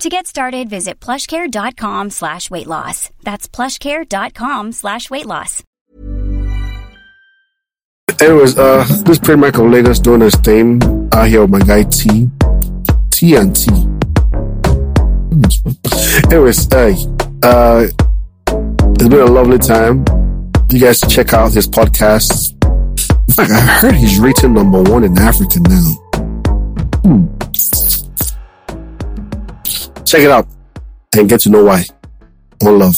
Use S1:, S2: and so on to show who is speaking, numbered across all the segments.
S1: To get started, visit plushcare.com slash weight loss. That's plushcare.com slash weight loss.
S2: Anyways, uh, this Pray Michael Lagos known as Dame out here with my guy T. T and T. Anyways, uh, uh, it's been a lovely time. You guys check out his podcast. In fact, I heard he's rated number one in Africa now. Hmm. Check it out and get to know why. All love.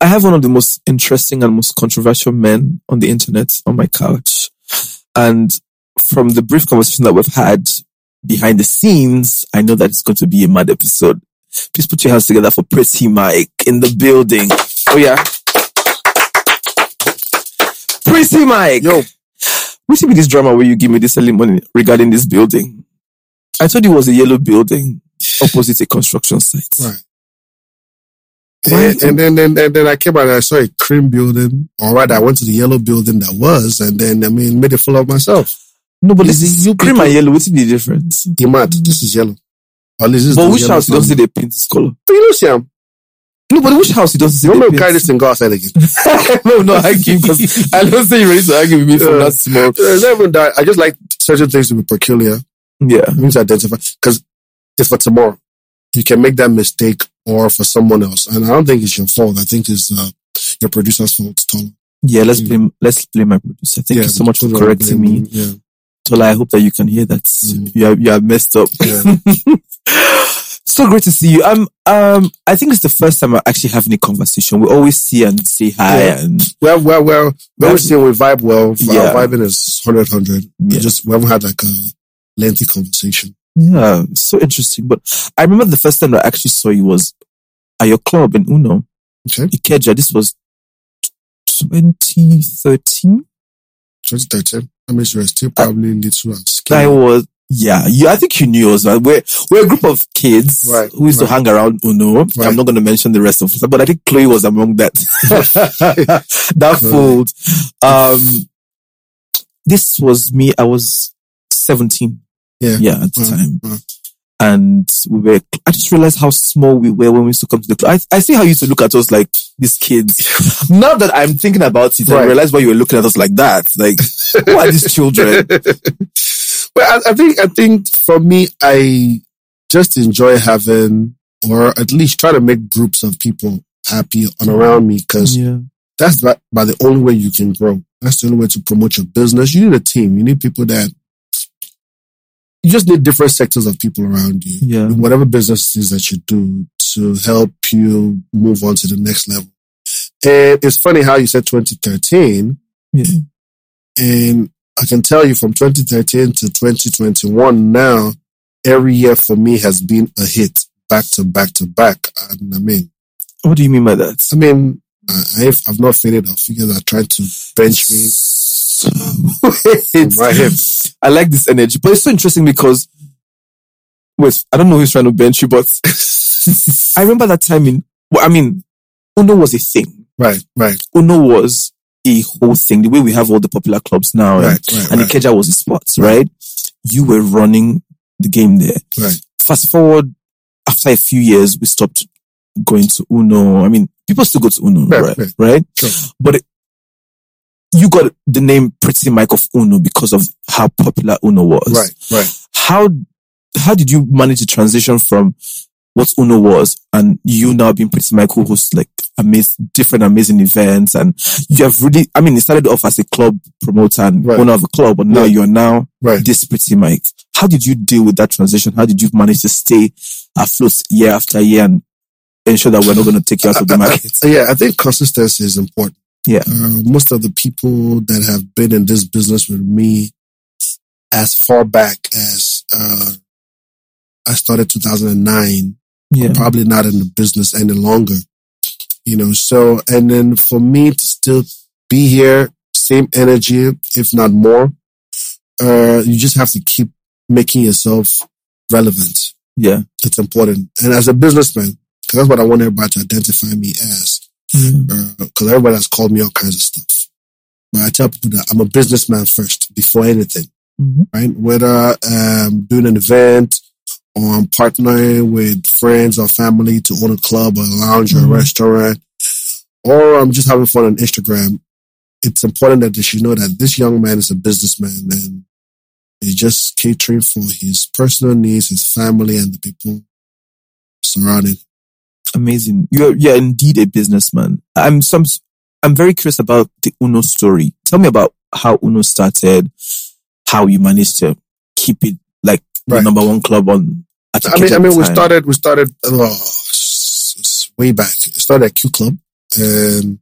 S3: I have one of the most interesting and most controversial men on the internet on my couch. And from the brief conversation that we've had behind the scenes, I know that it's going to be a mad episode. Please put your hands together for Prissy Mike in the building. Oh yeah. Prissy Mike.
S2: Yo,
S3: Which be this drama where you give me this early money regarding this building? I told you it was a yellow building opposite a construction site.
S2: Right. Eh, And, and then, then, and then I came out and I saw a cream building. All right,
S3: Mm.
S2: I went to the yellow building that was, and then I mean, made a fool of myself.
S3: No, but
S2: This
S3: this
S2: is
S3: is
S2: you
S3: cream
S2: people.
S3: and yellow. What's the difference?
S2: You mad? This is yellow. Or this is
S3: But
S2: the
S3: which
S2: yellow
S3: house you don't see
S2: family.
S3: the paint this color?
S2: But you don't see him.
S3: No, but which house you don't see
S2: You
S3: the
S2: don't
S3: paint?
S2: carry this thing go outside again. Uh,
S3: no, no, argue because I don't say you're ready to argue with me from
S2: Yeah.
S3: that small.
S2: Uh, it's not even that. I just like certain things to be peculiar.
S3: Yeah,
S2: You need to identify because it's for tomorrow. You can make that mistake or for someone else, and I don't think it's your fault. I think it's uh, your producer's fault. Tom.
S3: yeah. Let's
S2: Mm.
S3: blame. Let's blame my producer. Thank
S2: Yeah,
S3: you so much for
S2: put it on
S3: correcting
S2: blame.
S3: me,
S2: Yeah.
S3: Tola. I hope that you can hear that.
S2: Mm.
S3: You are you are messed up.
S2: Yeah.
S3: so great to see you. Um, um, I think it's the first time we're actually having a conversation. We always see and say hi,
S2: Yeah.
S3: and
S2: Well, well, well. We
S3: Vibe-
S2: always say we vibe well.
S3: Yeah.
S2: Our vibing is 100, 100.
S3: Yeah.
S2: We just, we haven't had like a lengthy conversation.
S3: yeah, it's so interesting. But I remember the first time that I actually saw you was at your club in Uno,
S2: Okay.
S3: Ikeja. This was 2013.
S2: 2013. I mean, she was
S3: Uh,
S2: still probably little and
S3: I
S2: skinny.
S3: was, yeah, you, I think you knew us. Right? We're, we're a group of kids
S2: Right,
S3: who used to
S2: right.
S3: hang around Uno.
S2: Right.
S3: I'm not going to mention the rest of us, but I think Chloe was among that, that fold. Um, this was me. I was 17.
S2: Yeah.
S3: Yeah. At the
S2: Mm,
S3: time.
S2: mm.
S3: And we were, I just realized how small we were when we used to come to the club. I, I see how you used to look at us like these kids. now that I'm thinking about it, I
S2: Right.
S3: realize why you were looking at us like that. Like, who are these children?
S2: well, I, I think, I think for me, I just enjoy having, or at least try to make groups of people happy and around me because
S3: yeah.
S2: that's by, by the only way you can grow. That's the only way to promote your business. You need a team. You need people that you just need different sectors of people around you.
S3: Yeah.
S2: In whatever businesses that you do to help you move on to the next level. And it's funny how you said 2013
S3: Yeah.
S2: and I can tell you from 2013 to 2021 now, every year for me has been a hit back to back to back. And I mean,
S3: What do you mean by that?
S2: I mean, I, I've, I've not faded off. You guys are trying to bench me.
S3: Wait.
S2: Right here.
S3: I like this energy, but it's so interesting because wait, I don't know who's trying to bench you, but I remember that time in well, I mean, Uno was a thing.
S2: Right, right,
S3: Uno was a whole thing, the way we have all the popular clubs now.
S2: right,
S3: and-
S2: right,
S3: and
S2: right,
S3: Ikeja was a spot, right? You were running the game there.
S2: right.
S3: Fast forward, after a few years, we stopped going to Uno. I mean, people still go to Uno,
S2: Right,
S3: right?
S2: right.
S3: Right?
S2: Sure.
S3: But it, you got the name Pretty Mike of Uno because of how popular Uno was.
S2: Right, right.
S3: How, how did you manage the transition from what Uno was and you now being Pretty Mike who hosts like amazing, different amazing events and you have really, I mean, it started off as a club promoter and
S2: Right.
S3: owner of a club, but now
S2: Yeah.
S3: you're now
S2: Right.
S3: this pretty Mike. How did you deal with that transition? How did you manage to stay afloat year after year and ensure that we're not going to take you out of the
S2: I- I-
S3: market?
S2: I- yeah, I think consistency is important.
S3: Yeah.
S2: Uh, most of the people that have been in this business with me as far back as uh, I started 2009,
S3: Yeah.
S2: probably not in the business any longer. You know, so, and then for me to still be here, same energy, if not more, uh, you just have to keep making yourself relevant
S3: Yeah.
S2: it's important. And as a businessman, because that's what I want everybody to identify me as.
S3: Mm-hmm.
S2: Because everybody has called me all kinds of stuff. But I tell people that I'm a businessman first before anything,
S3: Mhm.
S2: right? Whether um, doing an event or I'm partnering with friends or family to own a club or a lounge or
S3: Mhm.
S2: a restaurant, or I'm just having fun on Instagram. It's important that they should know that this young man is a businessman and He's just catering for his personal needs, his family, and the people surrounding. him.
S3: Amazing. You're, you're indeed a businessman. I'm some, I'm very curious about the Uno story. Tell me about how Uno started, how you managed to keep it like the
S2: Right.
S3: number one club on. at
S2: I mean, I
S3: Ikeja
S2: mean, we
S3: time.
S2: started, we started oh, s- s- way back. It started at Q Club, and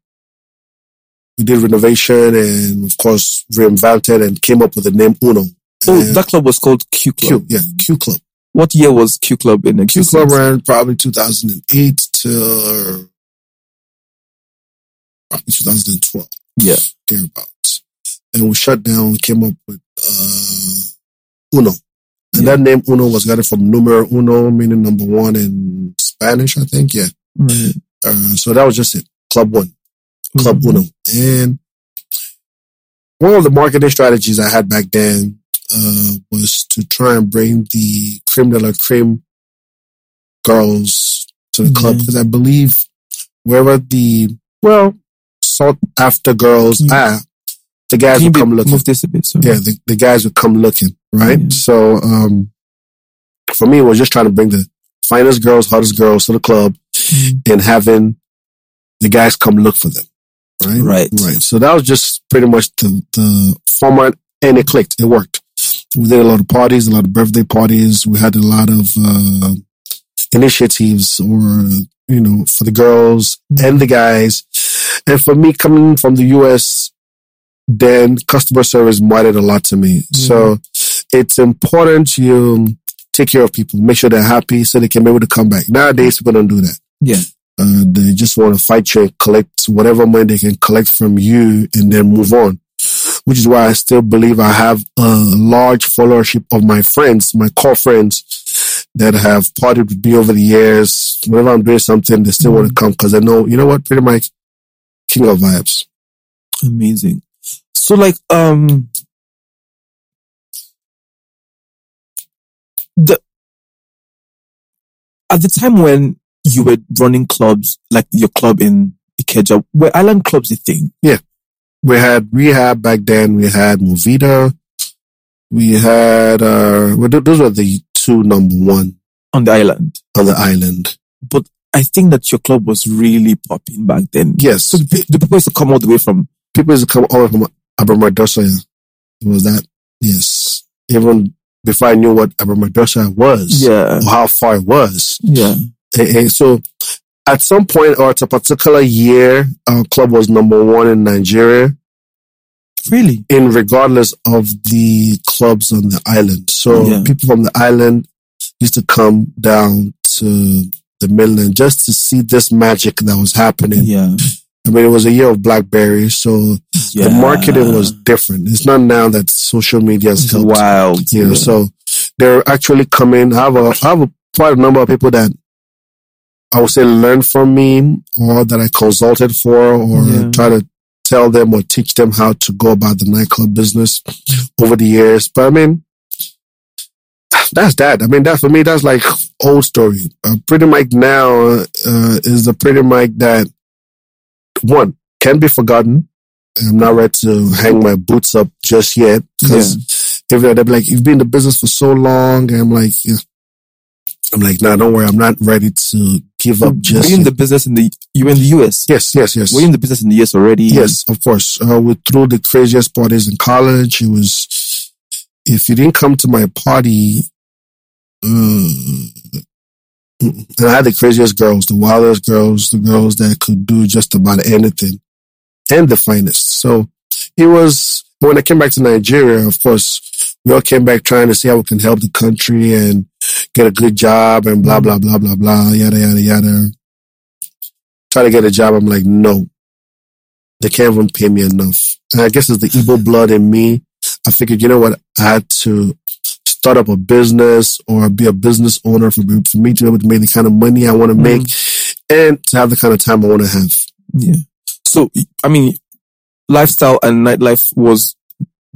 S2: we did renovation, and of course, reinvented and came up with the name Uno.
S3: Oh,
S2: And
S3: that club was called Q Club.
S2: Q, yeah, Q Club.
S3: What year was Q Club in
S2: Q
S3: existence?
S2: Club ran probably 2008 till probably 2012.
S3: Yeah.
S2: thereabouts. And we shut down, we came up with uh, Uno. And that name Uno was gotten from numero uno, meaning number one in Spanish, I think. Yeah.
S3: Right.
S2: Uh, so that was just it. Club one, Club
S3: Mhm.
S2: Uno. And one of the marketing strategies I had back then uh, was to try and bring the creme de la creme girls to the club
S3: Mhm.
S2: because I believe wherever the, well, sought after girls
S3: Mhm.
S2: are, the guys
S3: Can you
S2: will
S3: be-
S2: come looking.
S3: move this a bit? Sorry.
S2: Yeah, the, the guys would come looking, right?
S3: Yeah.
S2: So, um, for me, it was just trying to bring the finest girls, hottest girls to the club and having the guys come look for them, right?
S3: Right.
S2: Right. So that was just pretty much the, the format and it clicked. It worked. We did a lot of parties, a lot of birthday parties. We had a lot of, uh, initiatives or, you know, for the girls and the guys. And for me coming from the US, then customer service mattered a lot to me. So it's important you take care of people, make sure they're happy so they can be able to come back. Nowadays, people don't do that.
S3: Yeah.
S2: Uh, they just want to fight you and collect whatever money they can collect from you and then move on. Which is why I still believe I have a large followership of my friends, my core friends that have parted with me over the years. Whenever I'm doing something, they still want to come because they know, you know what, pretty much king of vibes.
S3: Amazing. So like, um, the, at the time when you were running clubs, like your club in Ikeja, were island clubs a thing?
S2: We had rehab back then. We had Movida. We had, uh, well, th- those were the two number one
S3: On the island.
S2: on the island.
S3: But I think that your club was really popping back then.
S2: Yes.
S3: So the, pe- the people used to come all the way from,
S2: people used to come over from Abramadosha. It was that, yes. Even before I knew what Abramadosha was,
S3: yeah,
S2: or how far it was.
S3: yeah,
S2: And, and so at some point or at a particular year, our club was number one in Nigeria,
S3: really.
S2: in regardless of the clubs on the island. So
S3: Yeah.
S2: people from the island used to come down to the mainland just to see this magic that was happening.
S3: Yeah.
S2: I mean, it was a year of Blackberry, so
S3: yeah.
S2: the marketing was different. It's not now that social media has helped.
S3: wild.
S2: You know, so they're actually coming. I have a I have a, quite a number of people that I would say learned from me or that I consulted for or
S3: Yeah.
S2: try to tell them or teach them how to go about the nightclub business over the years. But I mean, that's that. I mean, that for me, that's like old story. Uh, Pretty Mike now uh, is the Pretty Mike that one can be forgotten. I'm not ready to hang my boots up just yet because every they'll be like, "You've been in the business for so long," and I'm like, yeah. "I'm like, nah, don't worry, I'm not ready to give up just."
S3: were you in
S2: yet."
S3: the business in the you were in the US?
S2: yes, yes, yes.
S3: Were you in the business in the US already?
S2: Yes, of course. Uh, we threw the craziest parties in college. It was, if you didn't come to my party, uh, and I had the craziest girls, the wildest girls, the girls that could do just about anything and the finest. So it was, when I came back to Nigeria, of course, we all came back trying to see how we can help the country and get a good job and blah, blah, blah, blah, blah, yada, yada, yada. Try to get a job. I'm like, no, they can't even pay me enough. And I guess it's the evil blood in me. I figured, you know what? I had to start up a business or be a business owner for, me- for me to be able to make the kind of money I want to make and to have the kind of time I want to have.
S3: Yeah. So I mean, lifestyle and nightlife was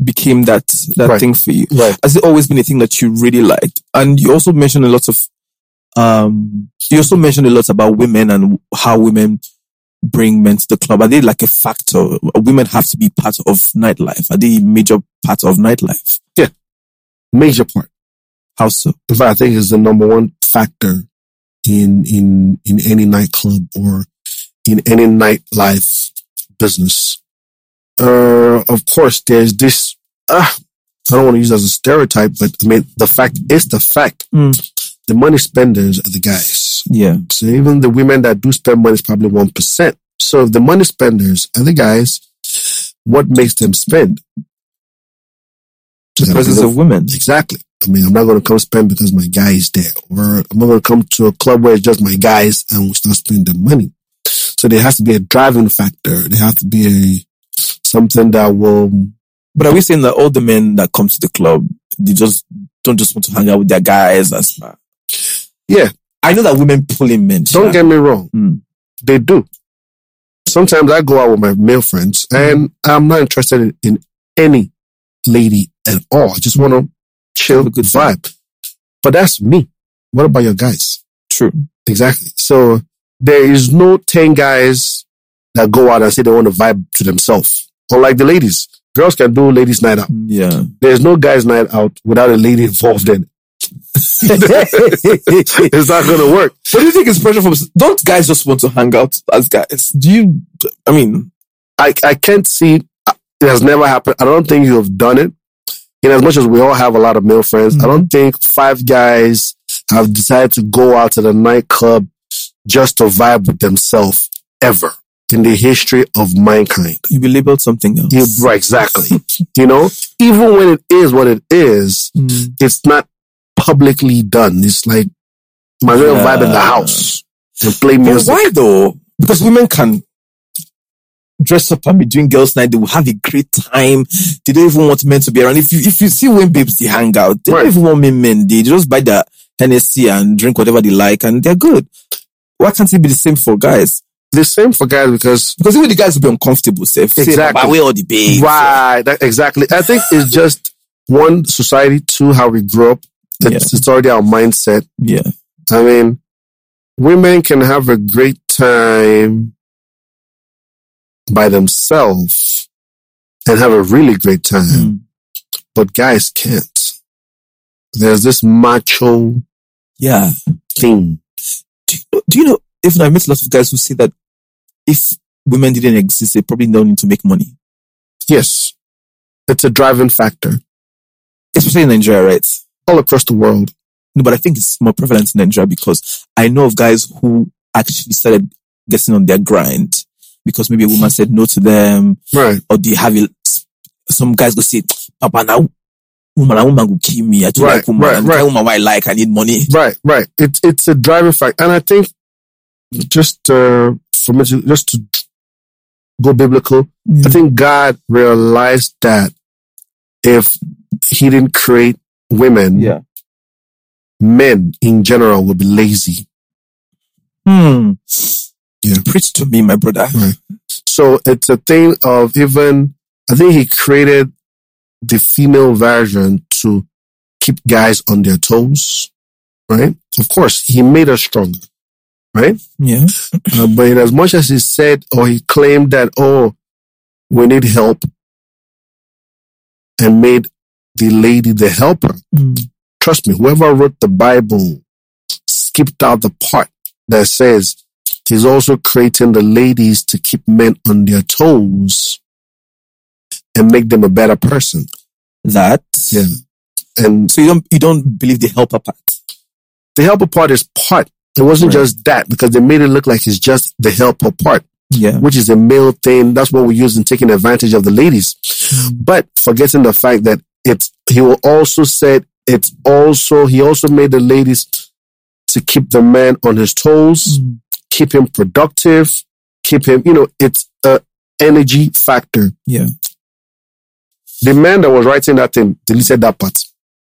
S3: became that that
S2: Right.
S3: thing for you.
S2: Right.
S3: Has it always been a thing that you really liked? And you also mentioned a lot of um you also mentioned a lot about women and how women bring men to the club. Are they like a factor? Women have to be part of nightlife. Are they a major part of nightlife?
S2: Major part.
S3: How so?
S2: In fact, I think is the number one factor in, in, in any nightclub or in any nightlife business. Uh, of course, there's this, ah, I don't want to use it as a stereotype, but I mean, the fact is the fact.
S3: Mm.
S2: The money spenders are the guys.
S3: Yeah.
S2: So even the women that do spend money is probably 1%. So if the money spenders are the guys, what makes them spend?
S3: The presence of women.
S2: Exactly. I mean, I'm not going to come spend because my guy is there, or I'm not going to come to a club where it's just my guys and we start spending money. So there has to be a driving factor. There has to be a something that will.
S3: But are we saying that all the men that come to the club, they just don't just want to hang out with their guys and stuff?
S2: Yeah.
S3: I know that women pull in men.
S2: Don't get me wrong.
S3: Mm.
S2: They do. Sometimes I go out with my male friends,
S3: Hmm.
S2: and I'm not interested in, in any lady at all. I just want to chill,
S3: Have a good time.
S2: vibe. But that's me. What about your guys?
S3: true.
S2: Exactly. So there is no 10 guys that go out and say they want to vibe to themselves. Unlike the ladies, girls can do ladies' night out.
S3: Yeah.
S2: There's no guys' night out without a lady involved in it. it's not going to work.
S3: But do you think it's pressure from? Don't guys just want to hang out as guys? Do you? I mean,
S2: I, I can't see it has never happened. I don't think you have done it. In as much as we all have a lot of male friends, I don't
S3: Mm-hmm.
S2: think five guys have decided to go out to the nightclub just to vibe with themselves ever in the history of mankind.
S3: you be labeled something else.
S2: You, right, exactly. you know, even when it is what it is,
S3: Mm.
S2: it's not publicly done. It's like my real
S3: Yeah.
S2: vibe in the house and play
S3: But
S2: music.
S3: why though? Because women can dress up and be doing girls' night. They will have a great time. They don't even want men to be around. If you if you see when babes they hang out, they
S2: Right.
S3: don't even want men. Men they just buy their Hennessy and drink whatever they like, and they're good. Why can't it be the same for guys?
S2: The same for guys because
S3: Because even the guys will be uncomfortable. Safe.
S2: Exactly.
S3: Say, wear all the babes.
S2: right, that, exactly. I think it's just one society, two how we grew up. It's, it's already our mindset.
S3: Yeah.
S2: I mean, women can have a great time by themselves and have a really great time,
S3: Mm.
S2: but guys can't. There's this macho
S3: Yeah.
S2: thing.
S3: do you know, do you know even I met lots of guys who say that if women didn't exist, they probably don't need to make money,
S2: Yes, it's a driving factor
S3: especially in Nigeria, right?
S2: all across the world.
S3: No, but I think it's more prevalent in Nigeria because I know of guys who actually started getting on their grind because maybe a woman said no to them
S2: Right.
S3: or they have a, some guys go say, Papa, now woman, a woman will kill me. I don't
S2: Right,
S3: like woman.
S2: right,
S3: and the
S2: right.
S3: kind of woman I like, I need money.
S2: Right, right. It's it's a driving factor, and I think just uh, for me, to, just to go biblical,
S3: Mm.
S2: I think God realized that if He didn't create women, men in general would be lazy.
S3: Hmm.
S2: Yeah.
S3: Preach to me, my brother.
S2: Right. So it's a thing of even, I think he created the female version to keep guys on their toes, right? Of course, he made us stronger, right?
S3: Yeah.
S2: Uh, but in as much as he said or he claimed that, oh, we need help and made the lady the helper.
S3: Mm.
S2: Trust me, whoever wrote the Bible skipped out the part that says he's also creating the ladies to keep men on their toes and make them a better person.
S3: That.
S2: Yeah. And
S3: So you don't you don't believe the helper part?
S2: the helper part is part. It wasn't
S3: Right.
S2: just that because they made it look like it's just the helper part.
S3: Yeah.
S2: which is a male thing. That's what we use in taking advantage of the ladies.
S3: Mm.
S2: But forgetting the fact that it's, he will also said it's also, he also made the ladies to keep the man on his toes,
S3: Mm.
S2: keep him productive, keep him, you know, it's a energy factor.
S3: Yeah.
S2: The man that was writing that thing deleted that part.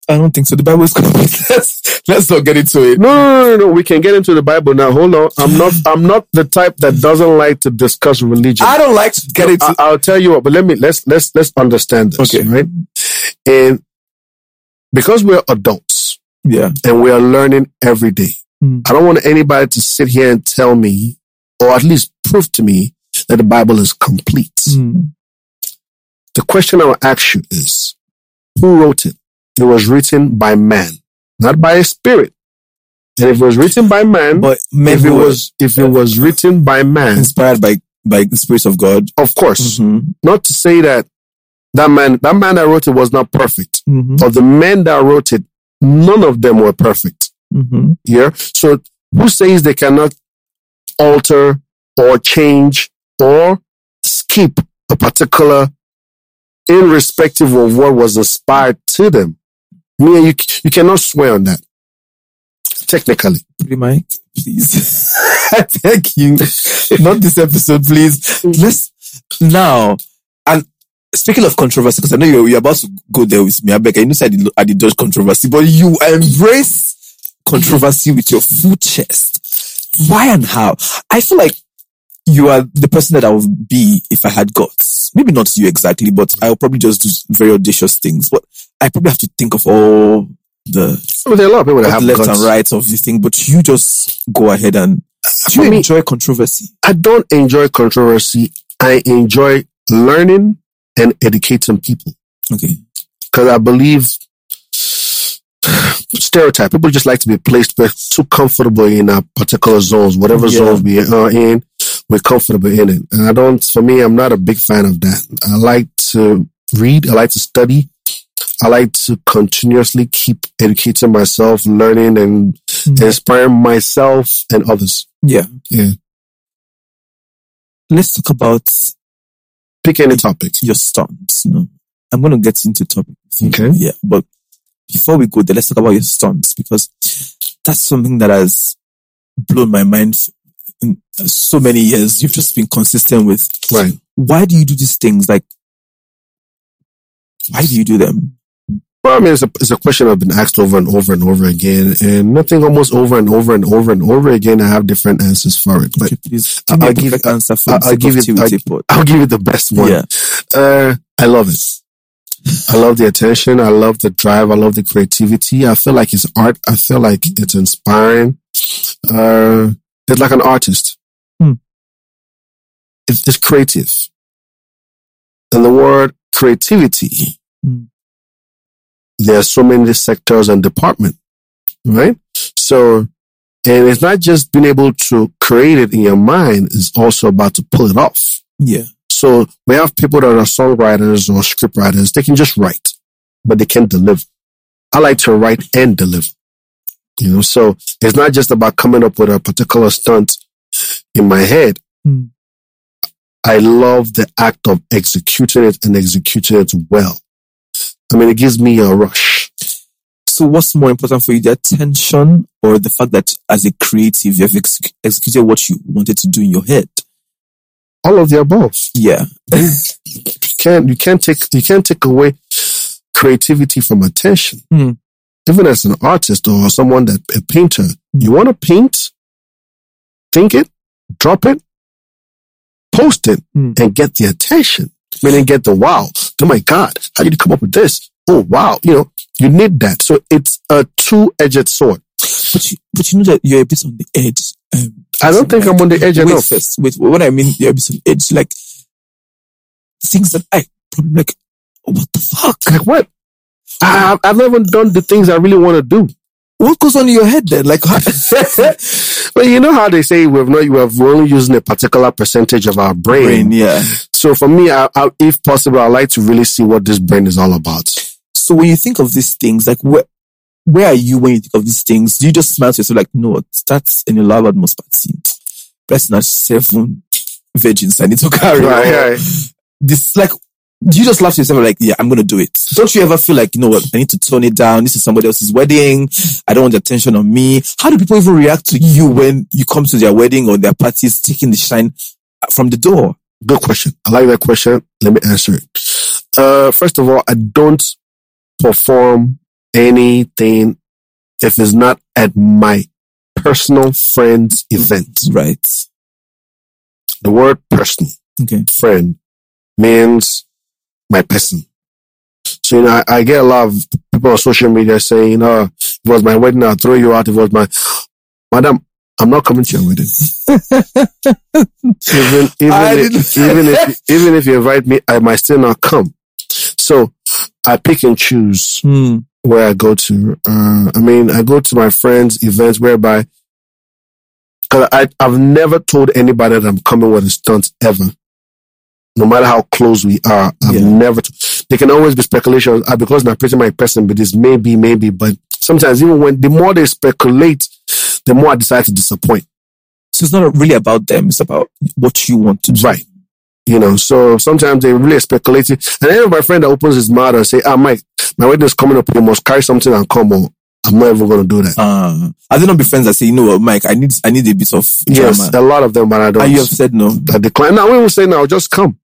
S3: I don't think so. The Bible is complete. let's, let's not get into it.
S2: No, no, no, no, no. We can get into the Bible now. Hold on. I'm not, I'm not the type that doesn't like to discuss religion.
S3: I don't like to uh, get into
S2: I, I'll tell you what, but let me let's let's let's understand this,
S3: Okay.
S2: right? And because we're adults
S3: Yeah.
S2: and we are learning every day,
S3: Mm.
S2: I don't want anybody to sit here and tell me, or at least prove to me, that the Bible is complete.
S3: Mm.
S2: The question I'll ask you is, who wrote it? It was written by man, not by a spirit. And if it was written by man,
S3: But
S2: if
S3: maybe
S2: it
S3: it
S2: was if it was written by man,
S3: inspired by by the Spirit of God.
S2: of course,
S3: Mm-hmm.
S2: not to say that that man that man that wrote it was not perfect.
S3: Mm-hmm.
S2: of the men that wrote it, none of them were perfect.
S3: Mm-hmm.
S2: Yeah. So who says they cannot alter or change or skip a particular irrespective of what was inspired to them? Me and you, you cannot swear on that. Technically.
S3: Pretty Mike, please. I beg you. Not this episode, please. Let's now. And speaking of controversy, because I know you're, you're about to go there with me, I beg. I know I did, I did dodge controversy, but you embrace controversy with your full chest. Why and how? I feel like you are the person that I would be if I had guts. Maybe not you exactly, but I'll probably just do very audacious things. But I probably have to think of all the
S2: Well, there are a lot of people that
S3: of
S2: have
S3: left
S2: guts. Uh,
S3: and right of the thing, but you just go ahead and do you
S2: me-
S3: enjoy controversy.
S2: I don't enjoy controversy. I enjoy learning and educating people.
S3: Okay.
S2: because I believe stereotype. People just like to be placed. We're too comfortable in our particular zones, whatever
S3: Yeah.
S2: zones we are in. We're comfortable in it, and I don't. For me, I'm not a big fan of that. I like to read. I like to study. I like to continuously keep educating myself, learning, and inspiring myself and others.
S3: Mm. Yeah.
S2: Yeah.
S3: Let's talk about
S2: Pick any topic.
S3: your stunts. No, I'm going to get into topic.
S2: Okay.
S3: Yeah. But before we go there, let's talk about your stunts because that's something that has blown my mind in so many years. You've just been consistent with.
S2: Right.
S3: Why do you do these things? Like, why do you do them?
S2: Well, I mean, it's a, it's a question I've been asked over and over and over again, and nothing almost over and over and over and over again. I have different answers for it, but
S3: Okay, please
S2: I-
S3: give me
S2: I'll
S3: a
S2: give-
S3: perfect answer for
S2: I-
S3: the
S2: I'll
S3: sake
S2: give
S3: of
S2: it- I'll-
S3: TVT pod.
S2: I'll give you the best one.
S3: Yeah.
S2: Uh, I love it. I love the attention. I love the drive. I love the creativity. I feel like it's art. I feel like it's inspiring. Uh, it's like an artist.
S3: Hmm.
S2: It's, it's creative. And the word creativity,
S3: Hmm.
S2: there are so many sectors and department, right? So, and it's not just being able to create it in your mind. It's also about to pull it off.
S3: Yeah.
S2: So we have people that are songwriters or scriptwriters. They can just write, but they can't deliver. I like to write and deliver. You know, so it's not just about coming up with a particular stunt in my head.
S3: Hmm.
S2: I love the act of executing it and executing it well. I mean, it gives me a rush.
S3: So what's more important for you, the attention or the fact that as a creative, you have ex- executed what you wanted to do in your head?
S2: All of the above.
S3: Yeah.
S2: You can't, you can't take, you can't take away creativity from attention.
S3: Hmm. Hmm.
S2: Even as an artist or someone that, a painter, you want to paint, think it, drop it, post it,
S3: Hmm.
S2: and get the attention. Meaning get the wow. Oh my God, how did you come up with this? Oh wow. You know, you need that. So it's a two-edged sword.
S3: But you, but you know that you're a bit on the edge. Um,
S2: I don't think I'm on the edge
S3: wait
S2: enough.
S3: first. Wait, what I mean, you're a bit on the edge. Like things that I probably like. What the fuck?
S2: Like what? I, I've never done the things I really want to do.
S3: What goes on in your head then? Like, how,
S2: but you know how they say we've not we've only using a particular percentage of our brain.
S3: brain, yeah.
S2: So for me, I, I, if possible, I like to really see what this brain is all about.
S3: So when you think of these things, like where where are you when you think of these things? Do you just smile to yourself like, no, that's in a loud atmosphere. That's not seven virgins I need to carry. This like do you just laugh to yourself like, yeah, I'm gonna do it? Don't you ever feel like, you know what, I need to tone it down. This is somebody else's wedding. I don't want the attention on me. How do people even react to you when you come to their wedding or their parties taking the shine from the door?
S2: Good question. I like that question. Let me answer it. Uh, first of all, I don't perform anything if it's not at my personal friend's event.
S3: Right.
S2: The word personal,
S3: Okay.
S2: friend, means my person. So, you know, I, I get a lot of people on social media saying, oh, it was my wedding, I'll throw you out. It was my, madam, I'm not coming to your wedding.
S3: Hmm.
S2: even, even,
S3: I
S2: if,
S3: didn't-
S2: even, if, even if you invite me, I might still not come. So I pick and choose
S3: Hmm.
S2: where I go to. Uh, I mean, I go to my friends' events whereby, cause I, I've never told anybody that I'm coming with a stunt ever. No matter how close we are, I've
S3: Yeah.
S2: never, t- there can always be speculations ah, because not pretty my person, but this maybe, maybe, but sometimes even when, the more they speculate, the more I decide to disappoint.
S3: So it's not really about them. It's about what you want to do.
S2: Right. You know, so sometimes they really speculate it. And then my friend that opens his mouth and say, ah, Mike, my wedding is coming up. You must carry something and come on. I'm not even going to do that.
S3: Uh, are there not be friends that say, you know what, Mike, I need, I need a bit of
S2: Yes, a
S3: drama.
S2: lot of them, but I don't.
S3: And you have said no.
S2: I decline. Now we will say now, just come.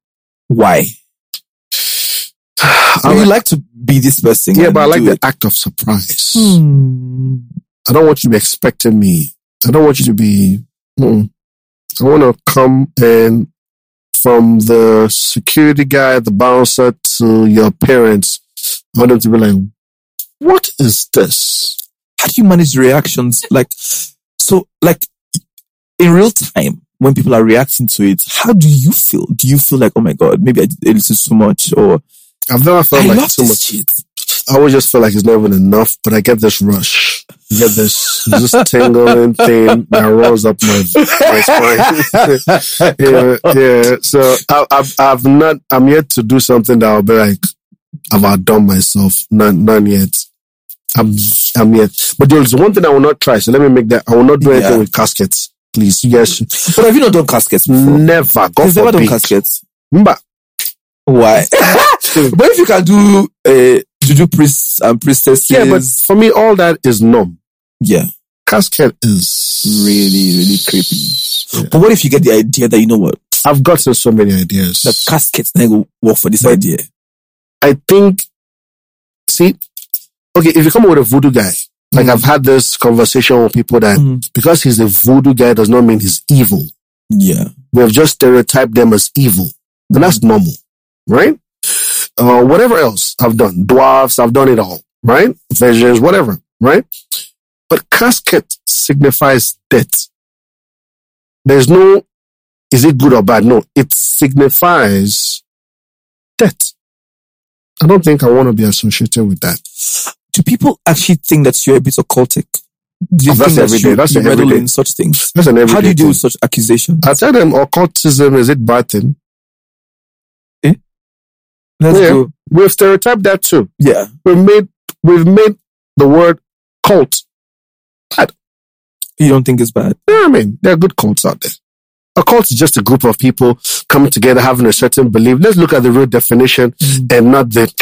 S3: Why?
S2: I
S3: you
S2: like-
S3: like to be this person.
S2: yeah,
S3: and
S2: but I like
S3: do
S2: the
S3: it.
S2: act of surprise.
S3: Hmm.
S2: I don't want you to be expecting me. I don't want you to be. Mm, I want to come and from the security guy, the bouncer, to your parents, I want them to be like, "What is this?"
S3: How do you manage the reactions? Like, so, like, in real time, when people are reacting to it, how do you feel? Do you feel like, oh my God, maybe I did a little too much or
S2: I've never felt
S3: I
S2: like
S3: love
S2: too
S3: this
S2: much.
S3: shit.
S2: I always just feel like it's never enough, but I get this rush. You get this this tingling thing that rolls up my, my spine. yeah, yeah. So I, I've I've not I'm yet to do something that I'll be like I've outdone myself. None none yet. I'm I'm yet. But there's one thing I will not try. So let me make that. I will not do anything
S3: Yeah.
S2: with caskets. Please, you guys should
S3: But have you not done caskets before?
S2: Mm. never. God
S3: You've never done
S2: forbid.
S3: caskets.
S2: Remember,
S3: Why? but if you can do, uh, juju priests and priestesses.
S2: yeah, but for me, all that is numb.
S3: yeah.
S2: Casket is
S3: really, really creepy.
S2: Yeah.
S3: But what if you get the idea that you know what
S2: I've gotten so many ideas.
S3: that caskets then go work for this idea?
S2: I think, see, okay, if you come up with a voodoo guy, like I've had this conversation with people that
S3: Mm.
S2: because he's a voodoo guy does not mean he's evil.
S3: Yeah,
S2: We have just stereotyped them as evil, and that's normal, right? Uh, whatever else I've done, dwarfs, I've done it all, right? Visions, whatever, right? But casket signifies death. There's no, is it good or bad? No, it signifies death. I don't think I want to be associated with that.
S3: do people actually think that you're a bit occultic? Do you
S2: Oh, that's
S3: think that
S2: every
S3: you,
S2: day. That's
S3: you
S2: an
S3: meddle
S2: everyday-
S3: in such things?
S2: That's an everyday
S3: How do you deal
S2: thing.
S3: with such accusations?
S2: I tell them occultism is it bad thing?
S3: Let's
S2: yeah.
S3: go.
S2: We've stereotyped that too.
S3: Yeah,
S2: we've made we've made the word cult.
S3: you don't think it's bad.
S2: You know what I mean? There are good cults out there. A cult is just a group of people coming together having a certain belief. Let's look at the real definition
S3: Mm.
S2: and not the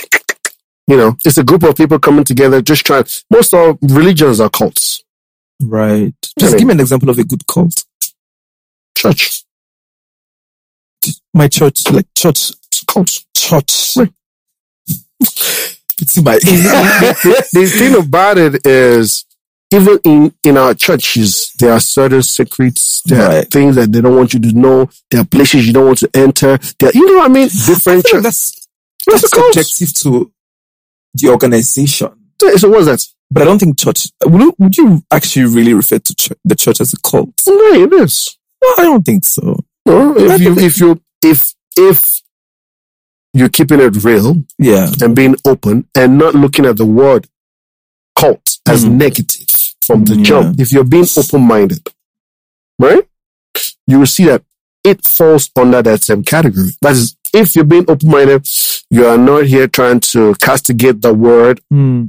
S2: you know, it's a group of people coming together just trying most of religions are cults.
S3: Right. Just
S2: Yeah.
S3: give me an example of a good cult.
S2: Church.
S3: My church, like church,
S2: Cults.
S3: church.
S2: Right.
S3: It's in my
S2: the thing about it is even in, in our churches, there are certain secrets. There are
S3: Right.
S2: things that they don't want you to know. There are places you don't want to enter. There, you know what I mean?
S3: I
S2: Different
S3: think
S2: churches.
S3: that's, that's subjective to the organization.
S2: So what's that?
S3: But I don't think church, would you, would you actually really refer to church, the church as a cult?
S2: No, it is.
S3: No, I don't think so.
S2: Well, if
S3: Right,
S2: you
S3: but-
S2: if you if if you're keeping it real
S3: Yeah.
S2: and being open and not looking at the word cult as
S3: Mm.
S2: negative from the
S3: Yeah.
S2: jump, if you're being open minded, right, you will see that it falls under that same category. That is, if you're being open minded, you are not here trying to castigate the word.
S3: Hmm.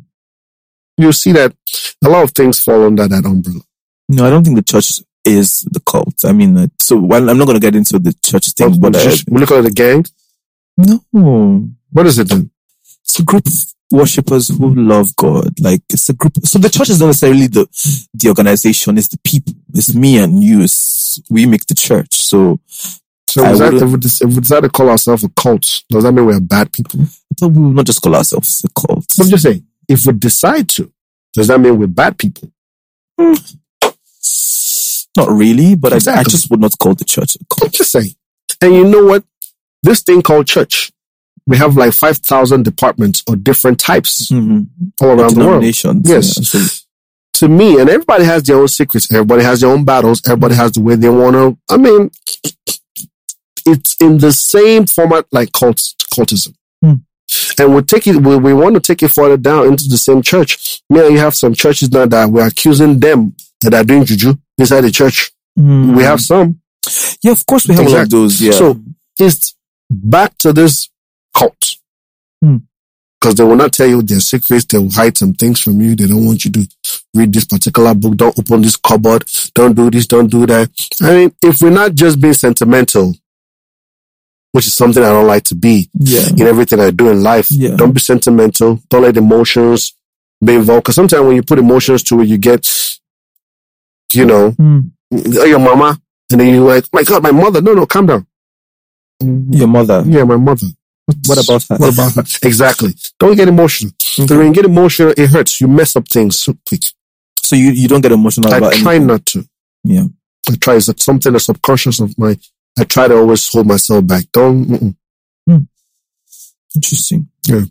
S2: You see that a lot of things fall under that umbrella.
S3: No, I don't think the church is the cult. I mean, uh, so well, I'm not going to get into the church thing,
S2: But
S3: but uh,
S2: just, we look at the gang.
S3: no,
S2: What is it then?
S3: it's a group of worshippers who love God. Like it's a group. So the church is not necessarily the the organization. It's the people. It's me and you. It's, we make the church. So
S2: So
S3: I
S2: is that,
S3: would-
S2: if we dec- if we decide to call ourselves a cult, does that mean we're bad people?
S3: but we will not just call ourselves a cult.
S2: I'm just saying, if we decide to, does that mean we're bad people?
S3: Not really, but I, I
S2: Exactly.
S3: just would not call the church a
S2: I'm
S3: cult.
S2: just saying. And you know what? This thing called church, we have like 5,000 departments or different types
S3: Mhm.
S2: all around the world.
S3: Denominations.
S2: Yes.
S3: yeah, so-
S2: To me, and everybody has their own secrets. Everybody has their own battles. Everybody has the way they want to. I mean, it's in the same format like cult, cultism.
S3: Hmm.
S2: And we take it, we, we want to take it further down into the same church. Now you have some churches now that we're accusing them that are doing juju inside the church.
S3: Mhm.
S2: We have some.
S3: yeah, of course we have all of
S2: Exactly.
S3: those. Yeah.
S2: So it's back to this cult.
S3: Hmm.
S2: Because they will not tell you their secrets. They will hide some things from you. They don't want you to read this particular book. Don't open this cupboard. Don't do this. Don't do that. I mean, if we're not just being sentimental, which is something I don't like to be
S3: yeah.
S2: in everything I do in life,
S3: Yeah.
S2: don't be sentimental. Don't let emotions be involved. Because sometimes when you put emotions to it, you get, you know,
S3: Mm.
S2: "Oh, your mama. And then you're like, my God, my mother. No, no, calm down.
S3: Your mother.
S2: Yeah, my mother.
S3: What about her?
S2: What about her? Exactly. Don't get emotional. Because When you get emotional, it hurts. You mess up things so quick.
S3: So you, you don't get emotional
S2: I
S3: about
S2: try
S3: anything.
S2: not to.
S3: Yeah.
S2: I try. It's something that's subconscious of my. I try to always hold myself back. Don't. mm-mm.
S3: Interesting.
S2: Yeah.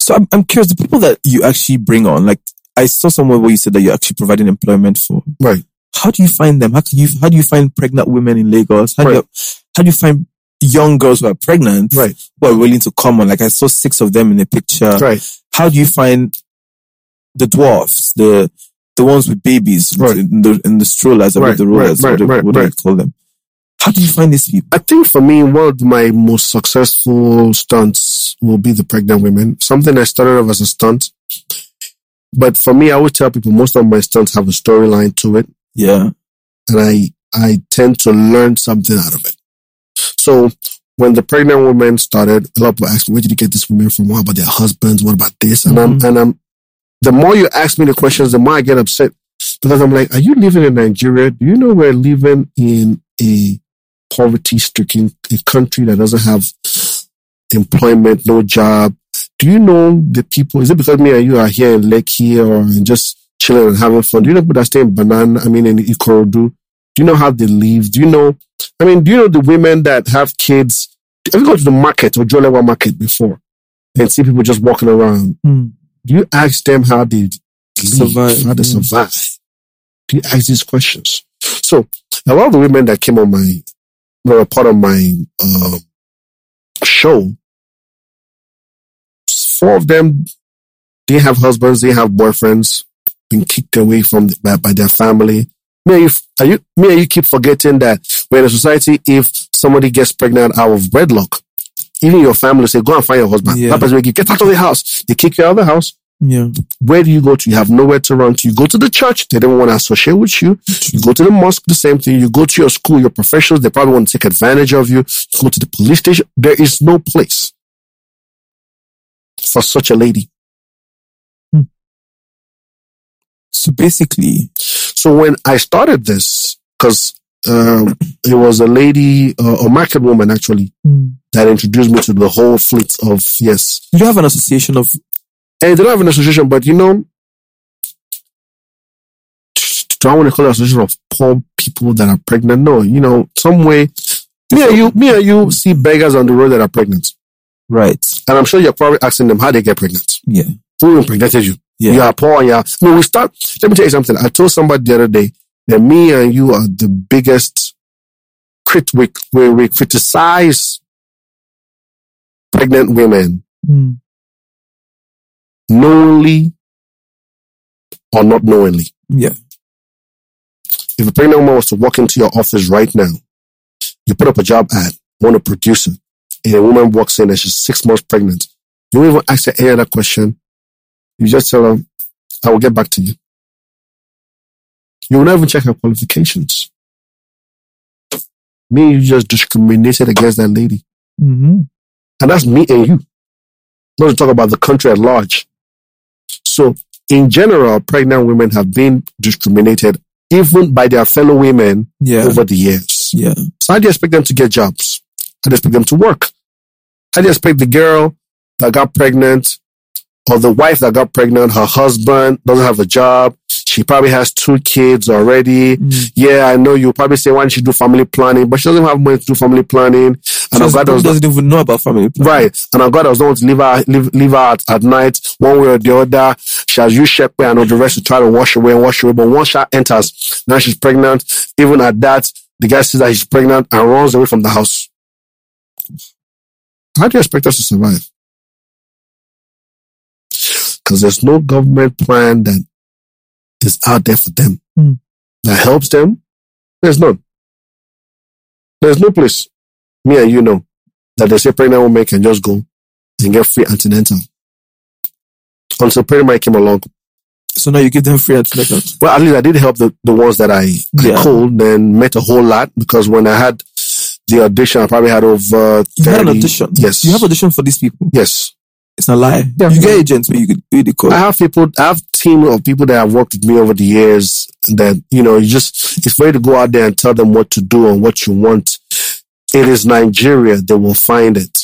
S3: So I'm, I'm curious, the people that you actually bring on, like I saw somewhere where you said that you're actually providing employment for.
S2: Right.
S3: How do you find them? How can you, how do you find pregnant women in Lagos? How, do, you, how do you find young girls who are pregnant?
S2: Right.
S3: Who are willing to come on? Like I saw six of them in a picture.
S2: Right.
S3: How do you find the dwarfs, the, the ones with babies
S2: Right.
S3: in the, in the strollers or
S2: Right,
S3: with the rollers,
S2: right,
S3: what, do-
S2: right,
S3: what do you
S2: right.
S3: call them? How do you find these people?
S2: I think for me, one of my most successful stunts will be the pregnant women. Something I started off as a stunt. But for me, I always tell people most of my stunts have a storyline to it.
S3: Yeah.
S2: and I I tend to learn something out of it. So when the pregnant woman started, a lot of people asked me, "Where did you get these women from? What about their husbands? What about this?" And
S3: Mhm.
S2: I'm and I'm. The more you ask me the questions, the more I get upset because I'm like, "Are you living in Nigeria? Do you know we're living in a poverty-stricken a country that doesn't have employment, no job? Do you know the people? Is it because me and you are here in Lekki or in just chilling and having fun? Do you know people that stay in Banana? I mean, in Ikorodu? Do you know how they live? Do you know? I mean, do you know the women that have kids? Have you gone to the market or Jolewa market before and see people just walking around?
S3: Hmm.
S2: Do you ask them how they live,
S3: Survive,
S2: how they
S3: yeah.
S2: survive? Do you ask these questions? So a lot of the women that came on my, were a part of my um, show, four of them they have husbands, they have boyfriends, been kicked away from by, by their family. Me, if, are you, me, and you keep forgetting that we're in a society. If somebody gets pregnant out of wedlock, even your family say, "Go and find your husband."
S3: Yeah.
S2: That person will get get out of the house. They kick you out of the house.
S3: Yeah.
S2: Where do you go to? You have nowhere to run to. You go to the church. They don't want to associate with you. You go to the mosque. The same thing. You go to your school. Your professionals. They probably want to take advantage of you. You go to the police station. There is no place for such a lady.
S3: So basically,
S2: So when I started this, because um, it was a lady, uh, a market woman actually, that introduced me to the whole fleet of yes.
S3: you have an association of
S2: And they don't have an association, but you know, do I want to call it association of poor people that are pregnant? No, you know, some way, me and you, me and you see beggars on the road that are pregnant.
S3: Right.
S2: And I'm sure you're probably asking them how they get pregnant.
S3: Yeah.
S2: Who impregnated you?
S3: Yeah.
S2: You are poor and you are, no, we start, let me tell you something. I told somebody the other day that me and you are the biggest crit, we, we, we criticize pregnant women
S3: Mm.
S2: knowingly or not knowingly.
S3: Yeah.
S2: If a pregnant woman was to walk into your office right now, you put up a job ad, want a producer, and a woman walks in and she's six months pregnant. You don't even ask her any other question. You just tell her, I will get back to you. You will never check her qualifications. Me, and you just discriminated against that lady.
S3: Mm-hmm.
S2: And that's me and you. Not to talk about the country at large. So, in general, pregnant women have been discriminated even by their fellow women
S3: Yeah.
S2: over the years.
S3: yeah.
S2: So, how do you expect them to get jobs? How do you expect them to work? How do you expect the girl that got pregnant or the wife that got pregnant, her husband doesn't have a job? She probably has two kids already.
S3: Mm.
S2: Yeah, I know you probably say, why don't you do family planning? But she doesn't have money to do family planning. And her
S3: She
S2: God does not
S3: doesn't even know about family planning.
S2: Right. And our God does not want to leave her, leave, leave her at, at night, one way or the other. She has used Shepe and all the rest to try to wash away and wash away. But once she enters, now she's pregnant. Even at that, the guy sees that she's pregnant and runs away from the house. How do you expect us to survive? Because there's no government plan that is out there for them
S3: Hmm.
S2: that helps them. There's none. There's no place. Me and you know that they say pregnant women can just go and get free antenatal. Until pregnant man came along.
S3: So now you give them free antenatal.
S2: Well, at least I did help the, the ones that I, I
S3: Yeah.
S2: called and met a whole lot because when I had the audition, I probably had over 30.
S3: You had an audition.
S2: Yes.
S3: You have audition for these people.
S2: yes.
S3: It's a lie.
S2: Yeah.
S3: You get agents where you could really call.
S2: I have people, I have team of people that have worked with me over the years that, you know, you just, it's very to go out there and tell them what to do and what you want. It is Nigeria. They will find it.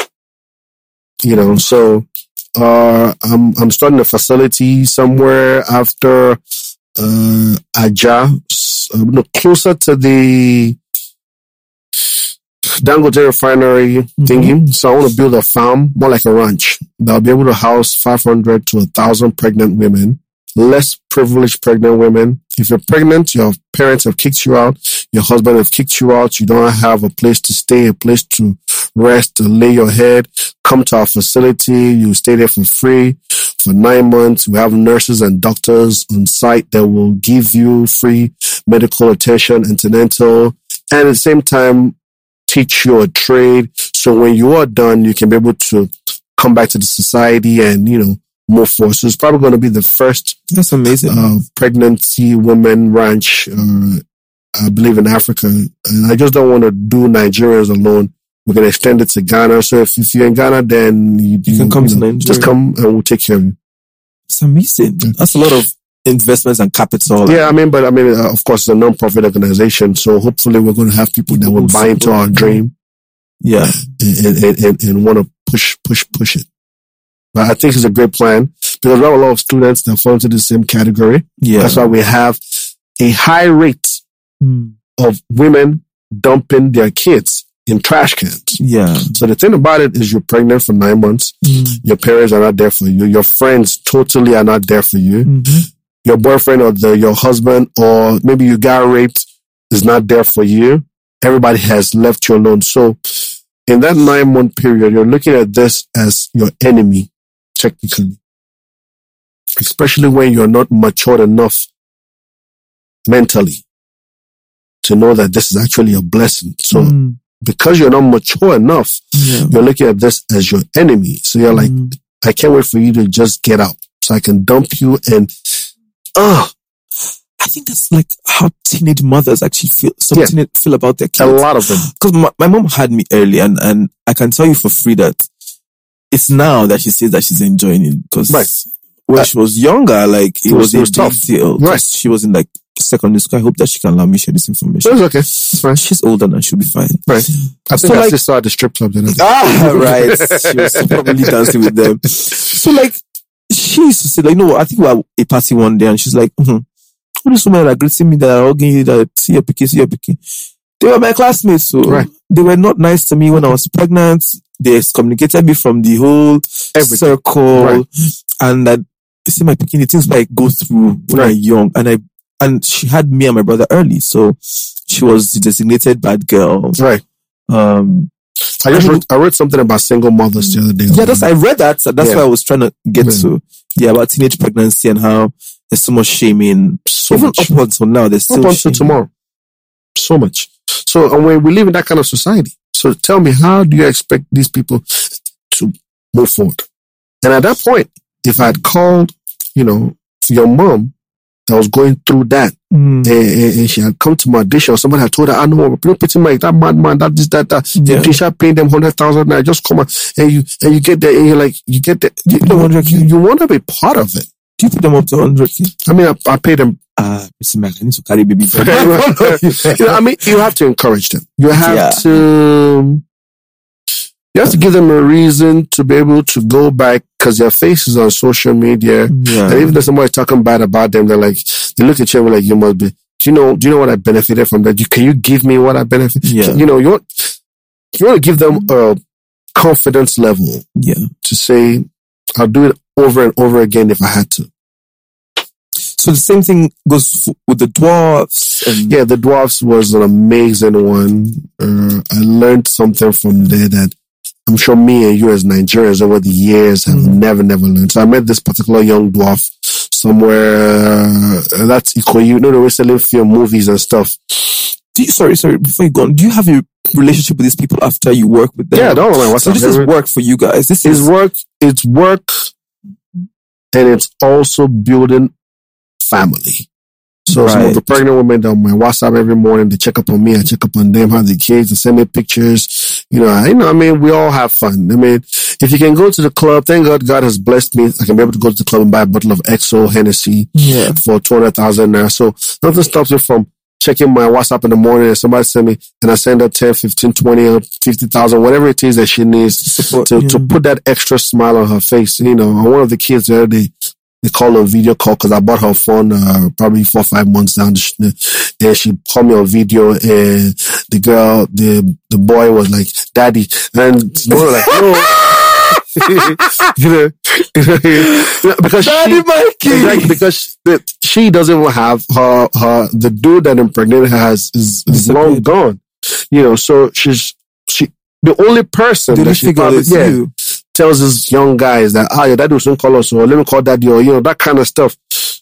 S2: You know, so, uh, I'm, I'm starting a facility somewhere after, uh, Aja, s- uh, no, closer to the Dangote refinery thingy. So I want to build a farm, more like a ranch, that'll be able to house 500 to 1,000 pregnant women, less privileged pregnant women. If you're pregnant, your parents have kicked you out, your husband have kicked you out, you don't have a place to stay, a place to rest, to lay your head, come to our facility, you stay there for free for nine months. We have nurses and doctors on site that will give you free medical attention, antenatal, and at the same time, teach you a trade. So when you are done, you can be able to come back to the society and, you know, move forward. So it's probably going to be the first
S3: That's amazing.
S2: uh, pregnancy women ranch, uh, I believe in Africa. And I just don't want to do Nigerians alone. We're going to extend it to Ghana. So if, if you're in Ghana, then you,
S3: You can come to
S2: Just
S3: Nigeria.
S2: come and we'll take care of you.
S3: it's amazing. That's a lot of investments and capital.
S2: Yeah, I mean, but I mean, uh, of course, it's a non-profit organization, so hopefully we're going to have people that will
S3: People
S2: buy into our
S3: support.
S2: dream
S3: Yeah.
S2: and, and- and, and, and want to push, push, push it. But I think it's a great plan because we have a lot of students that fall into the same category.
S3: Yeah.
S2: That's why we have a high rate
S3: Mm.
S2: of women dumping their kids in trash cans.
S3: Yeah.
S2: So the thing about it is you're pregnant for nine months.
S3: Mm.
S2: Your parents are not there for you. Your friends totally are not there for you
S3: Mhm.
S2: your boyfriend or the, your husband or maybe you got raped is not there for you. Everybody has left you alone. So in that nine month period, you're looking at this as your enemy, technically, especially when you're not matured enough mentally to know that this is actually a blessing. So
S3: Mm.
S2: because you're not mature enough,
S3: Yeah.
S2: you're looking at this as your enemy. So you're like,
S3: Mm.
S2: I can't wait for you to just get out so I can dump you and, uh, ugh.
S3: I think that's like how teenage mothers actually feel. Some
S2: Yeah.
S3: teenage feel about their
S2: a
S3: kids.
S2: lot of them.
S3: because my, my mom had me early and, and I can tell you for free that it's now that she says that she's enjoying it because
S2: Right.
S3: when
S2: Uh,
S3: she was younger, like
S2: it
S3: it,
S2: was-
S3: was,
S2: it was
S3: a
S2: tough.
S3: big deal. 'Cause
S2: Right.
S3: She was in like secondary school. I hope that she can allow me share this information.
S2: It's okay. It's fine.
S3: She's older and she'll be fine.
S2: Right. I think
S3: So,
S2: I
S3: like-
S2: still saw the strip club the other day.
S3: Ah, right. She was probably dancing with them. So like, she used to say like, no, I think we are a party one day and she's like, hmm all these women that are greeting me, that are hugging you, that see your picking, see your picking. They were my classmates, so
S2: Right.
S3: they were not nice to me when I was pregnant. They excommunicated me from the whole
S2: Everything.
S3: circle,
S2: Right.
S3: and that you see my picking the things that I go through when I'm young, and I and she had me and my brother early, so she was the designated bad girl.
S2: Right.
S3: Um,
S2: I just wrote, I wrote something about single mothers the other day.
S3: yeah, that's I read that. so That's
S2: Yeah.
S3: why I was trying to get
S2: Yeah.
S3: to. Yeah, about teenage pregnancy and how there's so much shaming.
S2: So
S3: Even
S2: much.
S3: up until now, there's
S2: up
S3: still
S2: until
S3: shaming.
S2: tomorrow. So much. So, and when we live in that kind of society, so tell me, how do you expect these people to move forward? And at that point, if I had called, you know, to your mom that was going through that, and,
S3: Mm.
S2: and- and Eh, she had come to my audition, somebody had told her, I know, but pity my that mad man, that this, that, that.
S3: Yeah.
S2: Yeah. They start paying them hundred thousand naira. Just come on, and you and you get there, and you're like, you get there. You,
S3: No wonder-
S2: you, you want to be part of it.
S3: Do you put them up to 100k?
S2: I mean, I, I paid them
S3: Ah, Mr. Mac, I need to carry baby.
S2: you know, I mean, you have to encourage them. You have
S3: Yeah.
S2: to. You have to give them a reason to be able to go back because their face is on social media, and
S3: yeah.
S2: even if somebody's talking bad about them, they're like, they look at you and be like, "You must be." Do you know? Do you know what I benefited from that? You, can you give me what I benefit?
S3: Yeah.
S2: You know, you want you want to give them a confidence level
S3: yeah.
S2: to say, "I'll do it over and over again if I had to."
S3: So the same thing goes f- with the dwarfs and
S2: Yeah, the dwarfs was an amazing one. Uh, I learned something from there that I'm sure me and you as Nigerians over the years have never, never learned. So I met this particular young dwarf somewhere. Uh, that's Ikoyi. You know, they were selling film movies and stuff.
S3: Do you, sorry, sorry, before you go on, do you have a relationship with these people after you work with them?
S2: Yeah, don't worry. What's
S3: So this is work for you guys. This
S2: It's
S3: is
S2: work. It's work, and it's also building family. So some
S3: Right.
S2: of the pregnant women that on my WhatsApp every morning, they check up on me. I check up on them, how the kids, they send me pictures. You know, I you know. I mean, we all have fun. I mean, if you can go to the club, thank God, God has blessed me. I can be able to go to the club and buy a bottle of XO Hennessy
S3: yeah,
S2: for two hundred thousand now. So nothing stops me from checking my WhatsApp in the morning and somebody send me and I send her 10, 15, 20, or 50,000, whatever it is that she needs
S3: support.
S2: to,
S3: yeah.
S2: to put that extra smile on her face. You know, and one of the kids the other day, they called on video call because I bought her phone uh, probably four or five months down. The sh- and she called me on video, and the girl, the the boy was like, "Daddy," and we were like, "No." you know, you know, because
S3: Daddy
S2: she,
S3: Mikey!
S2: Exactly, because the, she doesn't have her her the dude that impregnated her has is, is long
S3: Disappeared.
S2: gone. You know, so she's she the only person
S3: Did
S2: that
S3: you
S2: she
S3: figure
S2: probably
S3: it's
S2: yeah,
S3: you?
S2: tells these young guys that, ah, your daddy will soon call us, or let me call daddy, or, you know, that kind of stuff.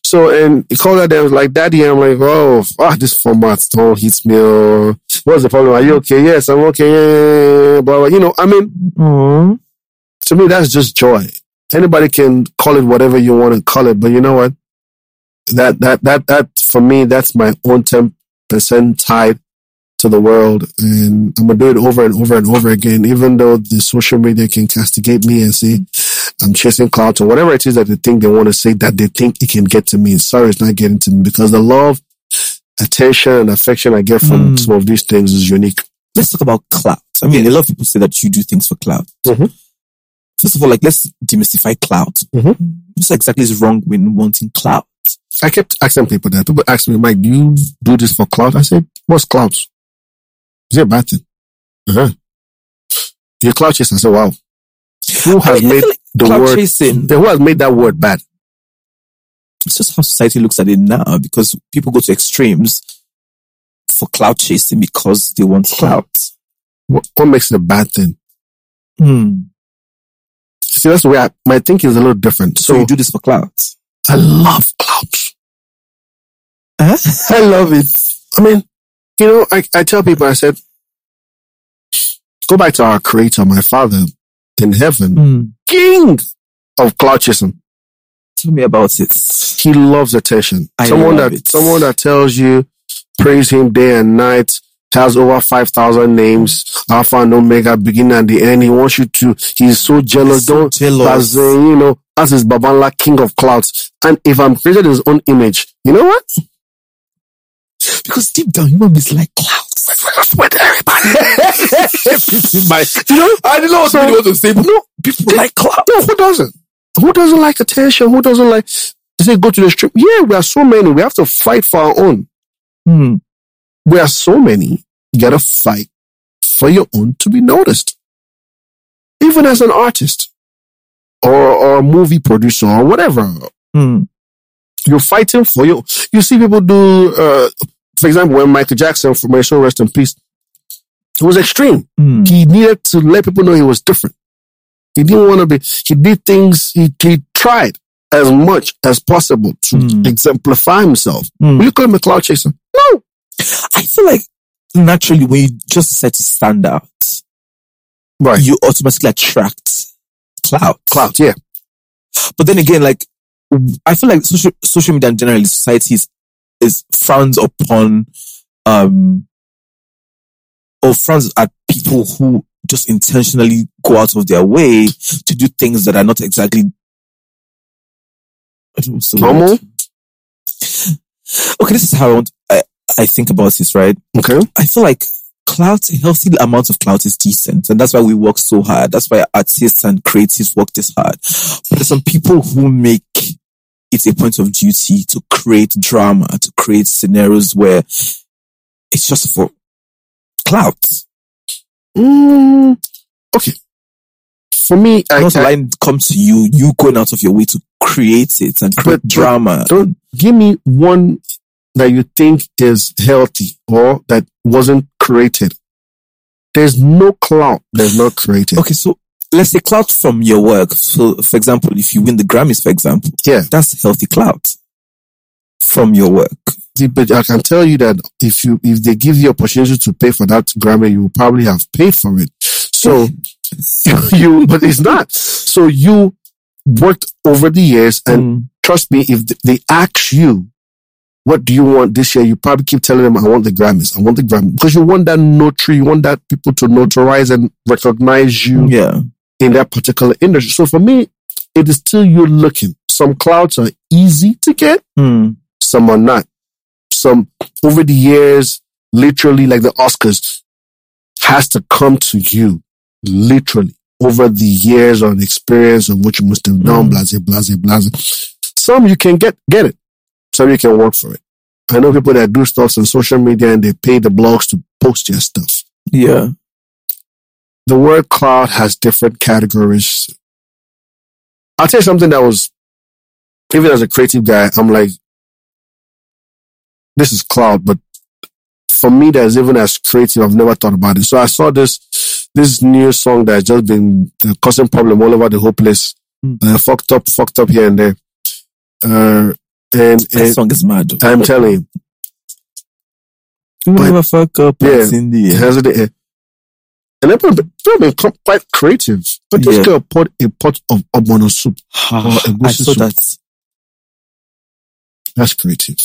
S2: So, and he called her there, was like, daddy, I'm like, oh, f- ah, this format don't hit me. oh. What's the problem? Are you okay? Yes, I'm okay. Yeah, yeah, yeah, blah, blah. You know, I mean,
S3: Aw.
S2: to me, that's just joy. Anybody can call it whatever you want to call it, but you know what? That, that, that, that, for me, that's my own 10% tied to the world. And I'm going to do it over and over and over again, even though the social media can castigate me and say, I'm chasing clouds or whatever it is that they think they want to say that they think it can get to me. Sorry, it's not getting to me because the love, attention, and affection I get from
S3: Mm.
S2: some of these things is unique.
S3: Let's talk about clout. I mean, a lot of people say that you do things for clout.
S2: Mhm.
S3: First of all, like let's demystify clout.
S2: Mhm.
S3: What's exactly is wrong with wanting clout?
S2: I kept asking people that. People asked me, Mike, do you do this for clout? I said, what's clout? Is it a bad thing? Uh-huh. You're clout chasing. I said, wow. Who
S3: I
S2: has
S3: mean, I
S2: made
S3: feel like
S2: the
S3: clout
S2: word,
S3: chasing.
S2: who has made that word bad?
S3: It's just how society looks at it now because people go to extremes for clout chasing because they want clout.
S2: What, what makes it a bad thing?
S3: Hmm.
S2: See, that's the way I, my thinking is a little different.
S3: So,
S2: So
S3: you do this for clout.
S2: I love clout.
S3: I love it.
S2: I mean, you know, I, I tell people, I said, go back to our creator, my father in heaven,
S3: Hmm.
S2: king of cloutchism.
S3: Tell me about it.
S2: He loves attention.
S3: I
S2: someone
S3: love
S2: that,
S3: it.
S2: someone that tells you, praise him day and night, has over 5,000 names, Alpha and Omega, beginning and the end. He wants you to, he's so jealous.
S3: He's so
S2: Don't,
S3: jealous.
S2: As, uh, you know, as his Babanla, king of clouds. And if I'm created in his own image, you know what?
S3: Because deep down, human beings like clout.
S2: With everybody.
S3: you know, I didn't know what somebody was to say, but no, people like clout.
S2: No, who doesn't? Who doesn't like attention? Who doesn't like? They say go to the strip. Yeah, we are so many. We have to fight for our own.
S3: Hmm.
S2: We are so many. You gotta fight for your own to be noticed. Even as an artist or, or a movie producer or whatever,
S3: Hmm.
S2: you're fighting for your. You see people do, uh, for example, when Michael Jackson, for my soul rest in peace, it was extreme.
S3: Hmm.
S2: He needed to let people know he was different. He didn't want to be. He did things. He, he tried as much as possible to
S3: Mm.
S2: exemplify himself.
S3: Hmm.
S2: Will you call him a cloud chaser? No.
S3: I feel like naturally when you just decide to stand out,
S2: Right.
S3: you automatically attract clout.
S2: cloud. Yeah.
S3: But then again, like I feel like social social media and generally society is, is frowns upon um or frowns at people who just intentionally go out of their way to do things that are not exactly I don't know what's the word.
S2: Normal.
S3: Okay, this is how I, want, I, I think about this, right?
S2: Okay.
S3: I feel like clout, a healthy amount of clout is decent. And that's why we work so hard. That's why artists and creatives work this hard. But there's some people who make it a point of duty to create drama, to create scenarios where it's just for clout.
S2: Mm, okay. For me, I,
S3: Not
S2: I-
S3: line come to you, you going out of your way to create it and create
S2: But- but
S3: drama.
S2: don't give me one that you think is healthy or that wasn't created. There's no clout that's not created.
S3: Okay, so let's say clout from your work. So, for example, if you win the Grammys, for example,
S2: Yeah.
S3: that's healthy clout from your work.
S2: See, But I can tell you that if you if they give you opportunity to pay for that grammar, you will probably have paid for it. So you, but it's not. So you worked over the years, and
S3: Mm.
S2: trust me, if th- they ask you, what do you want this year? You probably keep telling them, I want the Grammys. I want the Grammy. Because you want that notary. You want that people to notarize and recognize you
S3: yeah.
S2: in that particular industry. So for me, it is still you looking. Some clouds are easy to get.
S3: Mm.
S2: Some are not. Some over the years, literally like the Oscars has to come to you literally over the years on experience of what you must have done,
S3: Mm.
S2: blase, blase, blase. Some you can get, get it. Some you can work for it. I know people that do stuff on social media and they pay the blogs to post their stuff
S3: Yeah.
S2: the word cloud has different categories. I'll tell you something that was, even as a creative guy, I'm like, this is cloud, but for me, that's even as creative, I've never thought about it. So I saw this, this new song that's just been uh, causing problem all over the whole place.
S3: Mm.
S2: Uh, fucked up, fucked up here and there. Uh, and,
S3: That
S2: and
S3: song is mad.
S2: I'm telling you,
S3: You
S2: but-
S3: never fuck up.
S2: Yeah.
S3: it's in the
S2: It
S3: air.
S2: has it in- And they've been, they've been co- quite creative. But this
S3: Yeah.
S2: girl poured a pot of obono soup.
S3: Ah,
S2: Well, it
S3: I
S2: was
S3: saw
S2: just-
S3: that.
S2: That's creative.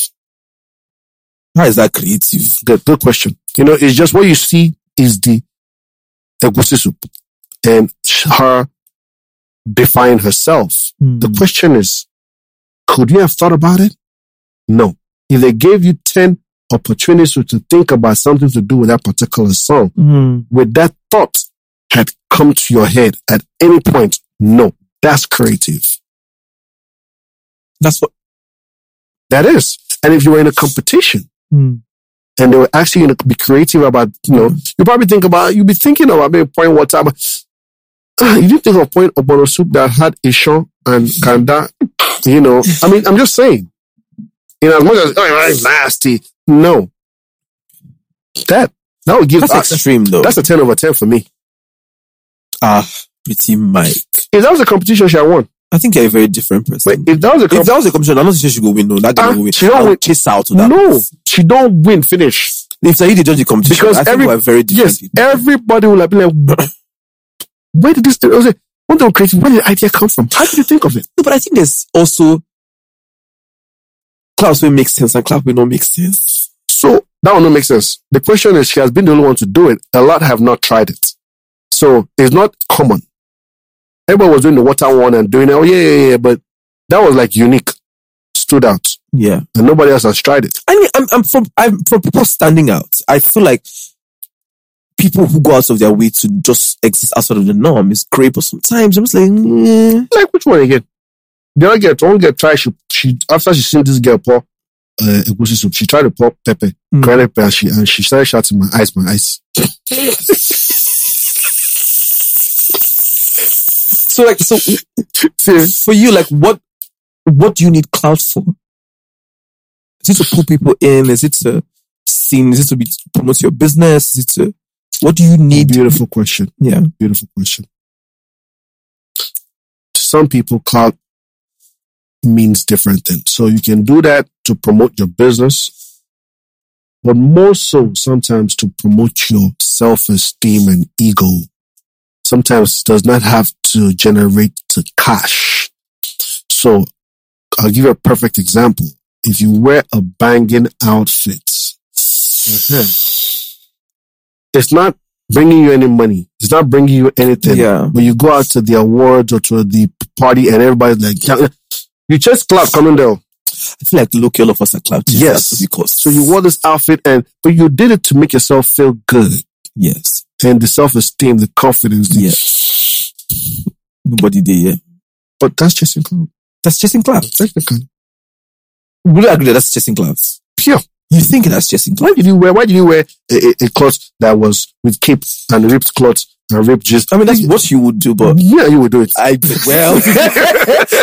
S3: How is that creative?
S2: Good, good question. You know, it's just what you see is the egusi soup and sh- her define herself. The
S3: Mm.
S2: question is, could you have thought about it? No. If they gave you 10 opportunities to- to think about something to do with that particular song,
S3: Mm.
S2: with that thought had come to your head at any point, no, that's creative.
S3: That's what.
S2: That is. And if you were in a competition
S3: Mm.
S2: and they were actually going to be creative about, you know, you probably think about, you'd be thinking about maybe point what time. Ah, you didn't think of point Obono soup that had Ishan and Kanda, you know. I mean, I'm just saying, you know, as much as, oh, that's nasty. No. That, that would give
S3: That's
S2: us,
S3: extreme, though.
S2: that's a 10 over 10 for me.
S3: ah, pretty Mike.
S2: If that was a competition, she had won.
S3: I think you're a very different
S2: But
S3: person.
S2: if that was a competition,
S3: if that was a competition, I'm not sure she go win. No, that guy
S2: Ah,
S3: will win.
S2: she don't
S3: I will
S2: win.
S3: chase her out of that.
S2: No,
S3: place.
S2: she don't win. Finish
S3: If they did judge the competition,
S2: because
S3: I think
S2: every
S3: we're very different.
S2: yes,
S3: people.
S2: everybody will have been like, where did this? I was like, what the crazy? Where did the idea come from? How did you think of it?
S3: No, but I think there's also clouds will make sense and clouds will not make sense.
S2: So that will not make sense. The question is, she has been the only one to do it. A lot have not tried it, so it's not common. Everyone was doing the water one and doing it. Oh yeah, yeah, yeah, but that was like unique, stood out,
S3: Yeah.
S2: and nobody else has tried it.
S3: I mean, I'm, I'm from I'm from people standing out. I feel like people who go out of their way to just exist outside of the norm is great, but sometimes I'm just like, mm,
S2: Like which one again? The other girl, the one girl tried, she, she, after she seen this girl pour, uh, egusi soup, she tried to pour pepper,
S3: Mm.
S2: cayenne pepper, and she, and she started shouting, my eyes, my eyes.
S3: So like, so for you, like, what, what do you need clout for? Is it to pull people in? Is it to seen? Is it to be to promote your business? Is it to, what do you need?
S2: Beautiful question.
S3: Yeah.
S2: Beautiful question. To some people, clout means different things. So you can do that to promote your business, but more so sometimes to promote your self esteem and ego. Sometimes does not have to generate to cash. So I'll give you a perfect example. If you wear a banging outfit, it's not bringing you any money. It's not bringing you anything.
S3: Yeah.
S2: When you go out to the awards or to the party and everybody's like, "Yeah, you just clap coming down.
S3: I feel like look, all of us are clout chasers
S2: Yes.
S3: because
S2: So you wore this outfit and, but you did it to make yourself feel good
S3: yes,
S2: and the self esteem, the confidence. the-
S3: yeah. Nobody there. Yeah.
S2: But that's just in clout.
S3: That's chasing clout.
S2: Technical.
S3: Would you agree that that's chasing clouds?
S2: Pure.
S3: You think that's chasing
S2: Why
S3: clouds?
S2: did you wear, why did you wear a, a, a cloth that was with cape and ripped cloth and ripped just,
S3: I mean, that's what you would do, but
S2: yeah, you would do it.
S3: I, well,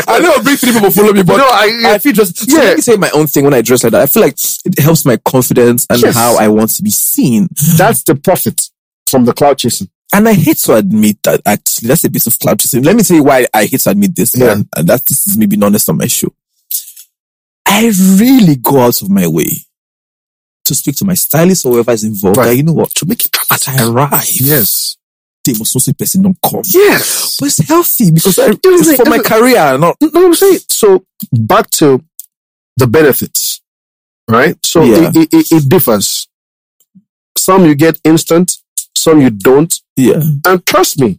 S3: I know bring three people follow me, but
S2: no, I,
S3: I feel just, so
S2: Yeah.
S3: let me say my own thing when I dress like that. I feel like it helps my confidence and
S2: Yes.
S3: how I want to be seen.
S2: that's the profit from the cloud chasing.
S3: And I hate to admit that actually that's a bit of clout chasing. Let me tell you why I hate to admit this.
S2: Yeah.
S3: And, and that this is me being honest on my show. I really go out of my way to speak to my stylist or whoever is involved.
S2: Right.
S3: Like, you know what? To make it as I arrive,
S2: Yes.
S3: they must also person don't come.
S2: Yes.
S3: But it's healthy because I,
S2: was
S3: it's
S2: like-
S3: for
S2: it
S3: my
S2: was-
S3: career. Not
S2: No, I'm saying so. Back to the benefits, right? So
S3: Yeah.
S2: it, it, it, it differs. Some you get instant, some you don't.
S3: yeah,
S2: And trust me,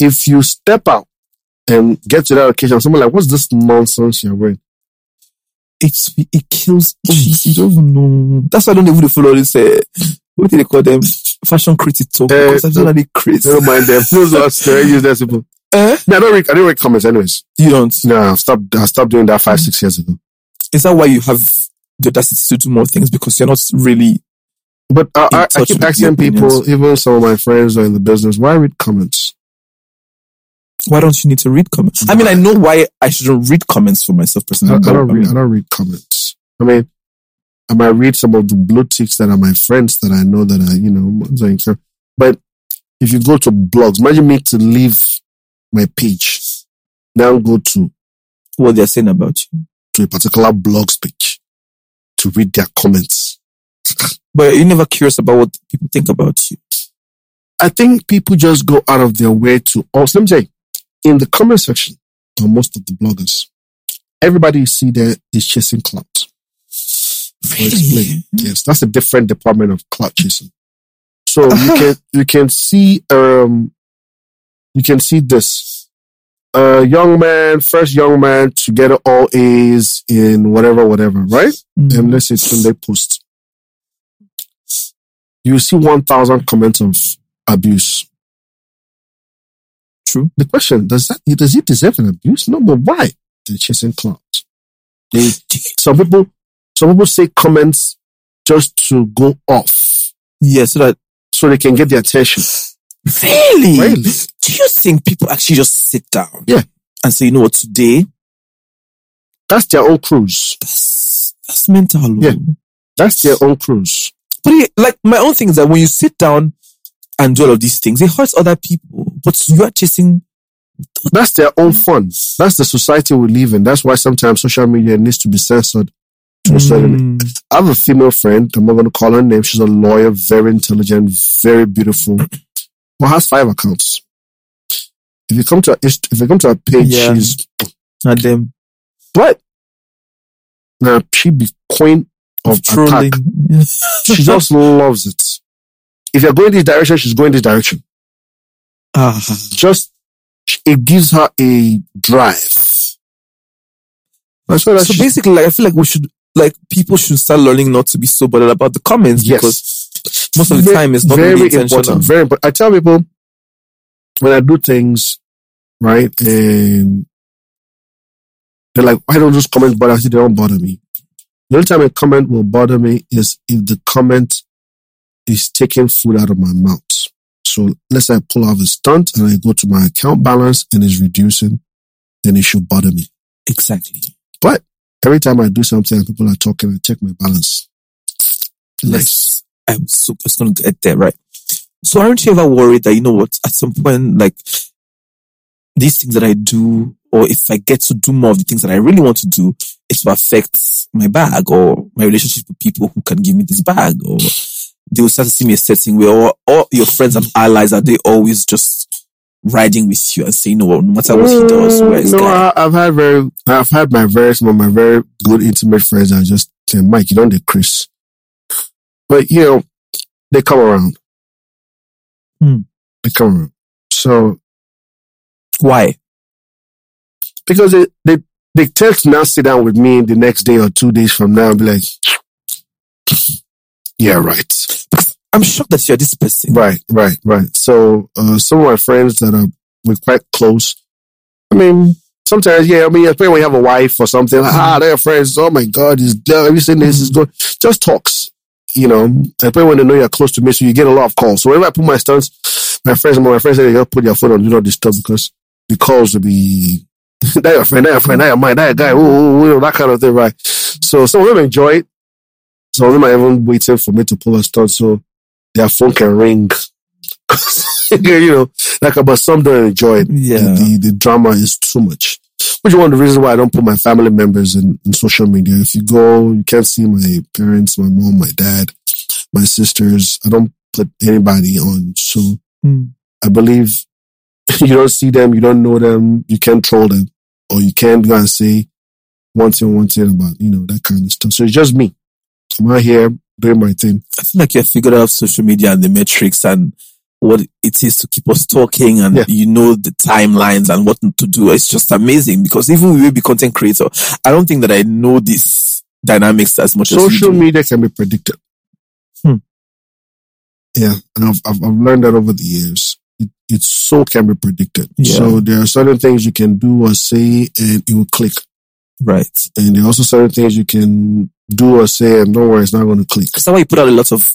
S2: if you step out and get to that occasion, someone like, "What's this nonsense you're wearing?"
S3: it's it kills. Jeez, Oh, you don't even know. That's why I don't even follow this. Uh, what do they call them? Fashion critic talk.
S2: Eh,
S3: because I don't know they crazy.
S2: Never mind them. Those are very useless people.
S3: Eh?
S2: No, I don't read. I don't read comments, anyways.
S3: You don't.
S2: No, I stopped. I stopped doing that five, six years ago.
S3: Is that why you have the audacity to do more things because you're not really?
S2: But I,
S3: In
S2: I, I
S3: touch with
S2: keep
S3: your
S2: asking people,
S3: opinions.
S2: even some of my friends who are in the business, why read comments?
S3: Why don't you need to read comments? I mean, I know why I shouldn't read comments for myself
S2: I, I
S3: personally. but,
S2: don't
S3: I
S2: read. I
S3: mean,
S2: don't read comments. I mean, I might read some of the blue ticks that are my friends that I know that I, you know, ones I encourage. But if you go to blogs, imagine me to leave my page, now go to
S3: what they're saying about you.
S2: to a particular blog's page to read their comments.
S3: But you're never curious about what people think about you.
S2: I think people just go out of their way to. Oh, let me tell you, in the comment section, on most of the bloggers, everybody you see there is chasing clout. I'll explain. Yes, that's a different department of clout chasing. So you can you can see um you can see this. A young man, first young man to get all A's in whatever, whatever, right?
S3: Mm.
S2: And let's say Sunday post. You see one thousand comments of abuse.
S3: True.
S2: The question does that does he deserve an abuse? No, but why? They're chasing clout. They some people some people say comments just to go off
S3: Yeah, so that
S2: so they can get the attention.
S3: Really?
S2: Really?
S3: Do you think people actually just sit down?
S2: Yeah.
S3: And say, you know what, today,
S2: That's their own cruise.
S3: that's, that's mental. oh.
S2: Yeah. That's their own cruise.
S3: But it, like, my own thing is that when you sit down and do all of these things, it hurts other people, but you are chasing,
S2: That's their own fun. That's the society we live in. That's why sometimes social media needs to be censored to a certain
S3: Mm,
S2: I have a female friend. I'm not going to call her name. She's a lawyer, very intelligent, very beautiful, but has five accounts. If you come to her, inst- if you come to her page,
S3: Yeah.
S2: she's
S3: at them
S2: what? Now she be queen of
S3: of trolling.
S2: attack.
S3: Yeah.
S2: She just loves it. If you're going this direction, she's going this direction.
S3: Ah,
S2: Just it gives her a drive. That's why that
S3: so
S2: she-
S3: basically, like, I feel like we should, like, people should start learning not to be so bothered about the comments
S2: Yes.
S3: because most of the time it's not really intentional.
S2: important. Very important. I tell people when I do things, right, and They're like, why don't those comments bother? I said, they don't bother me. The only time a comment will bother me is if the comment is taking food out of my mouth. So let's say I pull off a stunt and I go to my account balance and it's reducing, then it should bother me.
S3: Exactly.
S2: But every time I do something and people are talking, I check my balance. Nice.
S3: Let's, I'm so, it's going to get there, right? So aren't you ever worried that, you know what, at some point, like these things that I do, or if I get to do more of the things that I really want to do, it will affect my bag or my relationship with people who can give me this bag or they will start to see me a certain way or, or your friends and allies, are they always just riding with you and saying, no, no matter what he does, where is
S2: Mm, no,
S3: guy?
S2: I, I've had very, I've had my very small, my very good intimate friends that just say, Mike, you don't decrease. But you know, they come around.
S3: Hmm.
S2: They come around. So
S3: Why?
S2: because they, they, they tend to now sit down with me the next day or two days from now and be like, yeah, right.
S3: I'm shocked that you're this person.
S2: Right, right, right. So uh, some of my friends that are we're quite close. I mean, sometimes yeah. I mean, especially when you have a wife or something. Like, ah, they're friends. Oh my God, is have you seen this? Is good. Just talks. You know, especially when they know you're close to me, so you get a lot of calls. So whenever I put my stunts, my friends, my friends say, "Just put your phone on, do not disturb," because the calls will be that your friend, that your friend, that your mine, that your guy, ooh, ooh, ooh, that kind of thing, right? So some of them enjoy it. Some of them are even waiting for me to pull a stunt. So their phone can ring. you know, like but some don't enjoy it.
S3: Yeah.
S2: The, the, the drama is too much. Which is one of the reasons why I don't put my family members in, in social media. If you go, you can't see my parents, my mom, my dad, my sisters. I don't put anybody on. So
S3: Hmm.
S2: I believe you don't see them, you don't know them, you can't troll them, or you can't go and say one thing, one thing about, you know, that kind of stuff. So it's just me. I'm out here doing my thing.
S3: I feel like you have figured out social media and the metrics and what it is to keep us talking and
S2: Yeah.
S3: you know the timelines and what to do. It's just amazing because even we will be content creator, I don't think that I know these dynamics as much as you
S2: social
S3: do.
S2: media can be predicted.
S3: Hmm.
S2: Yeah, and I've, I've I've learned that over the years. It it so can be predicted.
S3: Yeah.
S2: So there are certain things you can do or say, and it will click.
S3: Right.
S2: And there are also certain things you can do or say, and don't worry, it's not going to click.
S3: Is that why you put out a lot of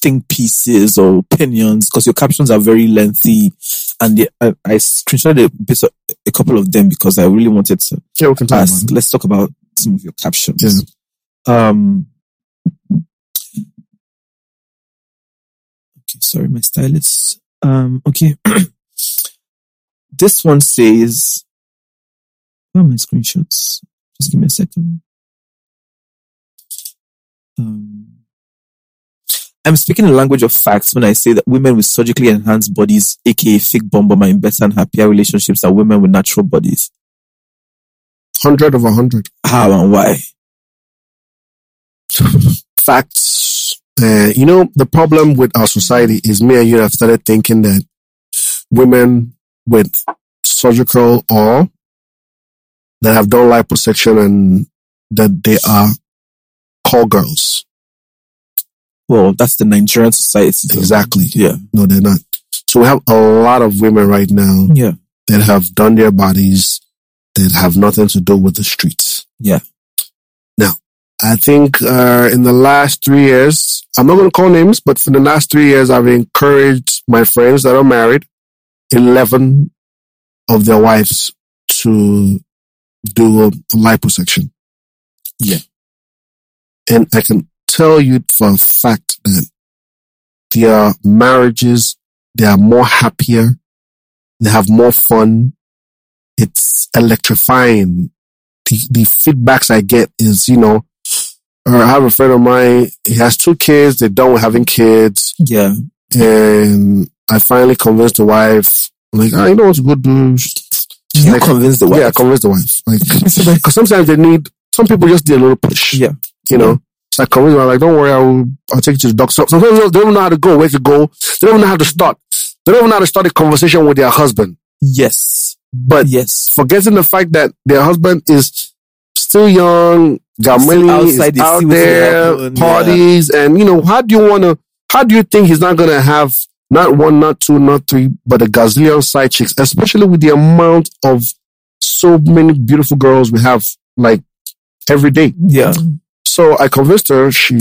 S3: think pieces or opinions? Because your captions are very lengthy and the, I, I screenshotted a, bit of, a couple of them because I really wanted to
S2: Yeah, we can talk
S3: ask,
S2: about
S3: let's talk about some of your captions.
S2: Yeah.
S3: Um, okay, sorry, my stylist. Um, okay. this one says, where are my screenshots? Just give me a second. Um, I'm speaking the language of facts when I say that women with surgically enhanced bodies, aka fake bomb bomb, are in better and happier relationships than women with natural bodies.
S2: it. Hundred over hundred
S3: How and why?
S2: facts. Uh, you know, the problem with our society is me and you have started thinking that women with surgical or that have done liposuction and that they are call girls.
S3: Well, that's the Nigerian society. though.
S2: Exactly.
S3: Yeah.
S2: No, they're not. So we have a lot of women right now
S3: Yeah.
S2: that have done their bodies that have nothing to do with the streets.
S3: Yeah.
S2: Now, I think uh, in the last three years, I'm not going to call names, but for the last three years, I've encouraged my friends that are married, 11 of their wives to do a liposuction.
S3: Yeah.
S2: And I can tell you for a fact that their marriages, they are more happier. They have more fun. It's electrifying. The, the feedbacks I get is, you know, uh, I have a friend of mine. He has two kids. They're done with having kids.
S3: Yeah.
S2: And I finally convinced the wife, like, I know what to go do.
S3: You
S2: like-
S3: convinced the
S2: Yeah, I
S3: wife.
S2: convinced the wife. Like, because sometimes they need, some people just need a little push.
S3: Yeah.
S2: You know? So I convinced her, like, don't worry, I will, I'll take you to the doctor. Sometimes they don't- they don't know how to go, where to go. They don't know how to start. They don't know how to start a conversation with their husband.
S3: yes.
S2: But
S3: Yes.
S2: forgetting the fact that their husband is still young, got
S3: Still
S2: money, is
S3: outside, they see
S2: out
S3: what's
S2: there,
S3: happening,
S2: parties, and you know, how do you want to, how do you think he's not going to have not one, not two, not three, but a gazillion side chicks, especially with the amount of so many beautiful girls we have like every day.
S3: Yeah.
S2: So I convinced her. She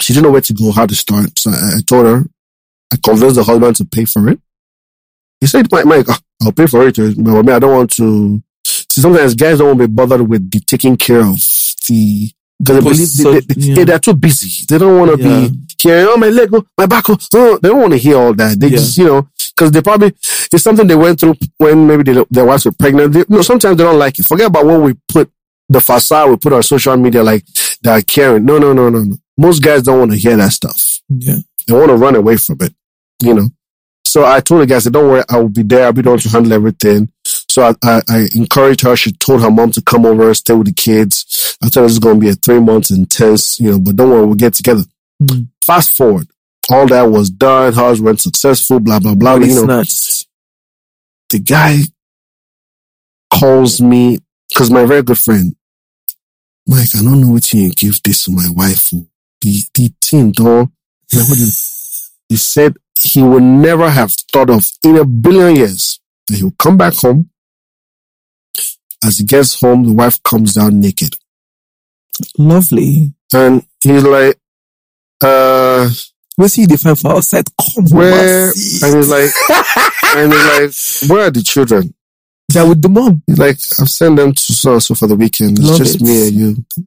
S2: she didn't know where to go, how to start. So I, I told her. I convinced the husband to pay for it. He said, "Mike, Mike, I'll pay for it, uh, but I mean, I don't want to." See, sometimes guys don't want to be bothered with the taking care of the. Because they
S3: Post-
S2: believe they, they,
S3: yeah.
S2: they, they're too busy. They don't want to
S3: Yeah.
S2: be hearing, oh, my leg, oh, my back. Oh, oh." They don't want to hear all that. They
S3: Yeah.
S2: just, you know, because they probably, it's something they went through when maybe they, their wives were pregnant. They, no, sometimes they don't like it. Forget about what we put, the facade we put on social media, like they are caring. No, no, no, no, no. Most guys don't want to hear that stuff
S3: Yeah.
S2: they want to run away from it, you know. So I told the guy, I said, don't worry, I will be there. I'll be the one to handle everything. So I, I, I encouraged her. She told her mom to come over and stay with the kids. I told her this is going to be a three months intense, you know, but don't worry, we'll get together.
S3: Mm.
S2: Fast forward. All that was done. Hers went successful, blah, blah, blah.
S3: But
S2: you
S3: it's
S2: know,
S3: not.
S2: the guy calls me because my very good friend, Mike, I don't know what you give this to my wife. oh. The the thing, dog. Like, what you- He said he would never have thought of in a billion years that he would come back home. As he gets home, the wife comes down naked.
S3: Lovely.
S2: And he's like, uh,
S3: What's he define for outside? Come
S2: where?
S3: on.
S2: And he's like, and he's like, where are the children?
S3: They're with the mom.
S2: He's like, I've sent them to so and so for the weekend. It's
S3: Love
S2: just
S3: it.
S2: me and you.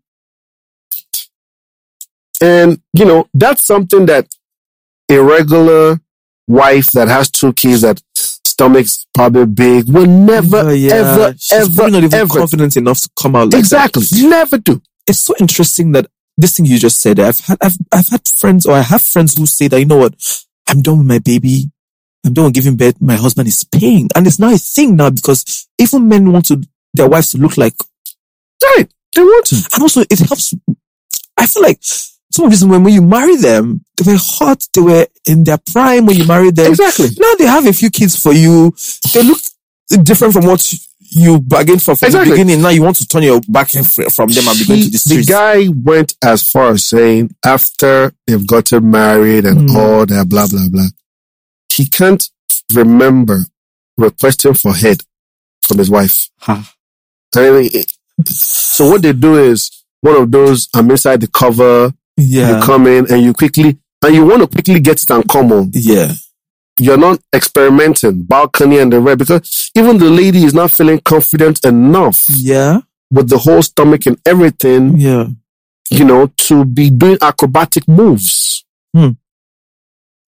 S2: And, you know, that's something that a regular wife that has two kids that stomach's probably big will never,
S3: Yeah, yeah.
S2: ever,
S3: She's
S2: ever,
S3: probably not even
S2: ever.
S3: confident enough to come out like
S2: exactly.
S3: that.
S2: Never do.
S3: it's so interesting that this thing you just said. I've had I've I've had friends or I have friends who say that you know what I'm done with my baby. I'm done with giving birth. My husband is paying, and it's now a thing now because even men want to their wives to look like,
S2: Right. They want to.
S3: and also it helps. I feel like some of these women when you marry them, they were hot. They were in their prime when you married them.
S2: Exactly.
S3: Now they have a few kids for you. They look different from what you bargained for from
S2: Exactly.
S3: the beginning. Now you want to turn your back and fr- from them and be going
S2: He-
S3: to the streets.
S2: guy went as far as saying after they've gotten married and
S3: Mm.
S2: all that, blah, blah, blah. He can't remember requesting for head from his wife.
S3: Ha.
S2: I mean, it- so what they do is one of those, I'm inside the cover,
S3: yeah.
S2: you come in and you quickly, and you want to quickly get it and come on.
S3: Yeah.
S2: You're not experimenting, balcony and the red, because even the lady is not feeling confident enough
S3: Yeah.
S2: with the whole stomach and everything
S3: Yeah.
S2: you know, to be doing acrobatic moves.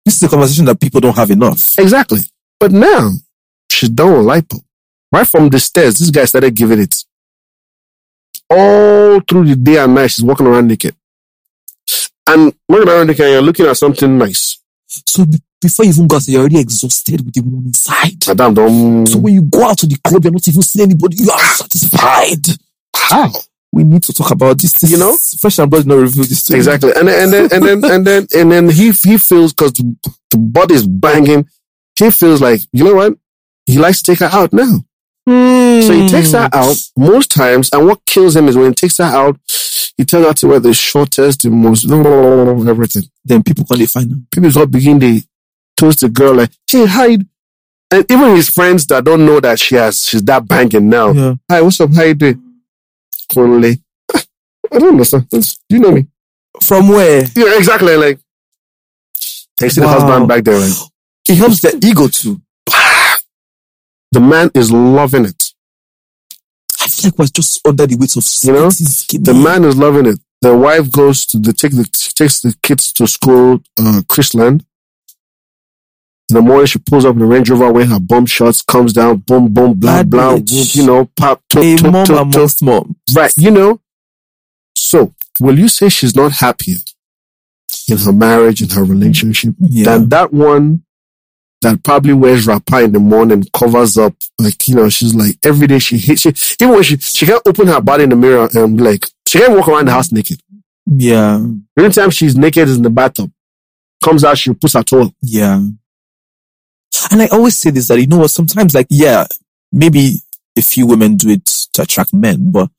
S3: This is a conversation that people don't have enough.
S2: Exactly. But now she's done with lipo. Right from the stairs, this guy started giving it. All through the day and night, she's walking around naked. And walking around naked, and you're looking at something nice.
S3: So be- before you even go out, you're already exhausted with the morning side.
S2: Madame, don't.
S3: So when you go out to the club, you're not even seeing anybody. You are satisfied.
S2: how?
S3: We need to talk about this. This
S2: You know?
S3: is- fresh and blood did not reveal this to me.
S2: Exactly. And then, and then, and then, and then, and then he, he feels because the, the body's banging. He feels like, you know what? He likes to take her out now.
S3: Hmm.
S2: So he takes her out most times, and what kills him is when he takes her out, he tells her to wear the shortest, the most everything.
S3: Then people can't define her.
S2: People just begin to toast the girl like, "Hey, hide," and even his friends that don't know that she has she's that banging now.
S3: Yeah.
S2: Hi, what's up? How you doing? Conley. "Ah, I don't understand. That's- you know me.
S3: From where?
S2: Yeah, exactly. Like, I see
S3: Wow.
S2: the husband back there. Like,
S3: It helps their ego too.
S2: the man is loving it.
S3: I feel like we're just under the weight of
S2: You know?
S3: 80s skinny.
S2: The man is loving it. The wife goes to the take the takes the kids to school, uh, Chrisland. In the morning, she pulls up in the Range Rover wearing her bum shots, comes down, boom, boom, blah,
S3: Bad
S2: blah,
S3: bitch.
S2: whoop, you know, pop,
S3: A
S2: tuk, tuk,
S3: mom
S2: tuk, tuk.
S3: amongst mom.
S2: right, you know. So, will you say she's not happier in her marriage, in her relationship,
S3: Yeah.
S2: than that one that probably wears wrapper in the morning, covers up, like, you know, she's like, every day she hates, she, even when she, she can't open her body in the mirror and be like, she can't walk around the house naked.
S3: yeah.
S2: The only time she's naked is in the bathtub. Comes out, she puts her toe up.
S3: Yeah. And I always say this that, you know what, sometimes like, yeah, maybe a few women do it to attract men, but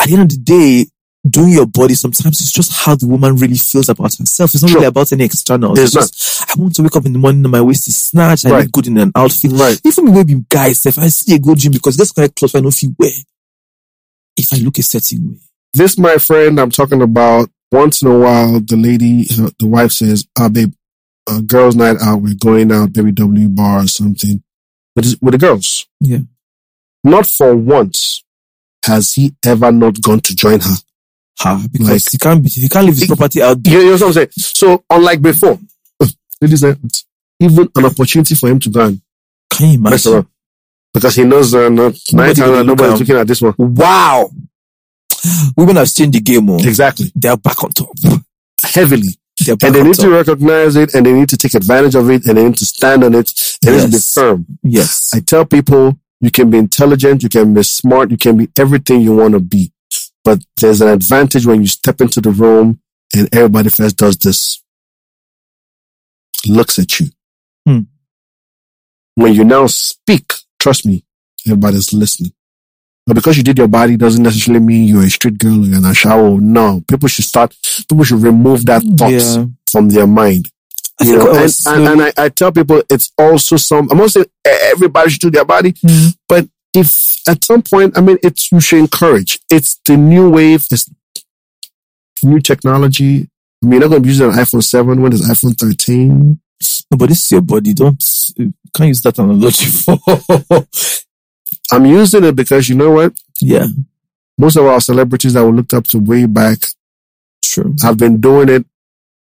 S3: at the end of the day, doing your body sometimes it's just how the woman really feels about herself. It's not
S2: Sure.
S3: really about any externals.
S2: It's
S3: just, I want to wake up in the morning and my waist is snatched. I
S2: Right.
S3: look good in an outfit.
S2: Right.
S3: Even maybe guys, if I see a good gym because this kind of clothes I know if you wear, if I look a certain way.
S2: This, my friend, I'm talking about. Once in a while, the lady, her- the wife says, "Ah, babe, uh, girls' night out. We're going out, baby W bar or something with with the girls."
S3: Yeah.
S2: Not for once has he ever not gone to join her.
S3: Ha, because
S2: Like-
S3: he can't be, he can't leave his property out there.
S2: You, you know what I'm saying? So, unlike before, ladies' night out, even an opportunity for him to go and
S3: Can you
S2: mess
S3: imagine?
S2: around because he knows uh, not
S3: Nobody
S2: night
S3: will
S2: out,
S3: look
S2: nobody's
S3: out.
S2: looking at this one.
S3: Wow. Women have changed the game. Oh.
S2: Exactly,
S3: They're back on top.
S2: heavily.
S3: They're back
S2: and they
S3: on
S2: need
S3: top.
S2: to recognize it and they need to take advantage of it and they need to stand on it and they need to be
S3: Yes.
S2: firm.
S3: yes.
S2: I tell people you can be intelligent, you can be smart, you can be everything you want to be. But there's an advantage when you step into the room and everybody first does this. Looks at you.
S3: Hmm.
S2: When you now speak, trust me, everybody's listening. But because you did your body doesn't necessarily mean you're a street girl or you're an shower. No, people should start, people should remove that thought
S3: Yeah.
S2: from their mind.
S3: I
S2: You
S3: think
S2: know,
S3: I
S2: and,
S3: was
S2: and, and I, I tell people it's also some, I'm not saying e-, everybody should do their body,
S3: Mhm.
S2: but if at some point, I mean, it's, you should encourage. It's the new wave, it's new technology. I mean, you're not going to be using an iPhone 7 when there's iPhone 13.
S3: No, but this is your body. Don't you can't use that analogy for.
S2: I'm using it because you know what?
S3: yeah,
S2: Most of our celebrities that we looked up to way back
S3: true.
S2: have been doing it.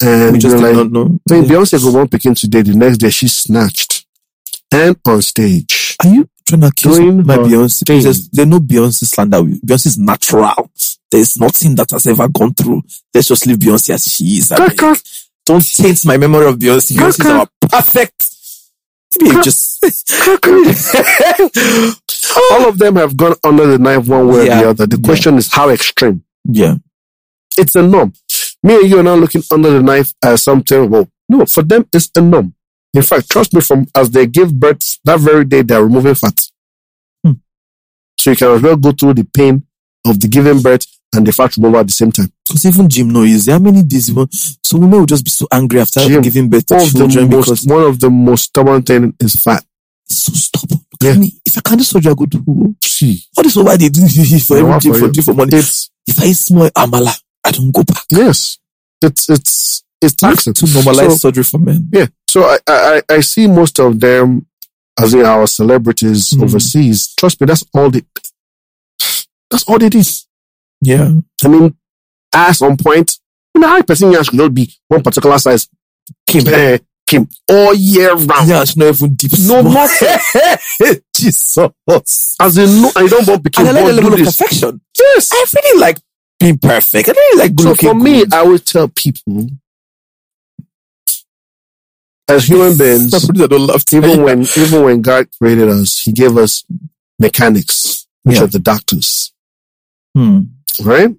S2: And
S3: we just
S2: you're
S3: did
S2: like,
S3: not know.
S2: I mean,
S3: Yeah.
S2: Beyonce go one picking today, the next day she's snatched and on stage.
S3: Are you trying to accuse
S2: Doing
S3: my
S2: her
S3: Beyonce?
S2: thing.
S3: There's, there's no Beyonce slander. Beyonce is natural. There's nothing that has ever gone through. Let's just leave Beyonce as she is. I beg. Don't taint my memory of Beyonce. Beyonce is our perfect. Maybe you just
S2: All of them have gone under the knife one way
S3: Yeah.
S2: or the other. The
S3: Yeah.
S2: question is how extreme.
S3: yeah.
S2: It's a norm. Me and you are now looking under the knife as something. Well, no, for them it's a norm. In fact, trust me, from as they give birth, that very day they are removing fat.
S3: Hmm.
S2: So you can as well go through the pain of the giving birth and the fat removal at the same time.
S3: Because even gym no easy. How many days? you want- So women will just be so angry after
S2: Gym.
S3: giving birth to
S2: One of, the
S3: children
S2: most,
S3: because
S2: one of the most stubborn thing is fat.
S3: it's so stubborn. Look
S2: Yeah.
S3: at me. If I can't do surgery, I go to
S2: See,
S3: all this why they do for
S2: Yeah, what
S3: everything
S2: for
S3: for
S2: you?
S3: do for money.
S2: it's
S3: If I eat small amala, I don't go back.
S2: yes, it's it's it's taxing
S3: To normalize
S2: So-
S3: surgery for men.
S2: Yeah. So I, I, I I see most of them as in our celebrities
S3: Mm.
S2: overseas. Trust me, that's all they that's all they did.
S3: Yeah.
S2: I mean, ass on point. You know, how a person ass could not be one particular size. Kim, eh, Kim, all year round.
S3: Yeah, it's not even deep.
S2: No
S3: small.
S2: nothing.
S3: Jesus.
S2: As in, no, I don't want
S3: And
S2: bikini.
S3: I like the
S2: Like
S3: level
S2: do
S3: of
S2: this.
S3: perfection.
S2: Yes.
S3: I really like being perfect. I really like good
S2: So
S3: looking.
S2: for me,
S3: good.
S2: I would tell people as human beings,
S3: That's what I don't love.
S2: even when even when God created us, He gave us mechanics, which
S3: Yeah.
S2: are the doctors,
S3: Hmm.
S2: right?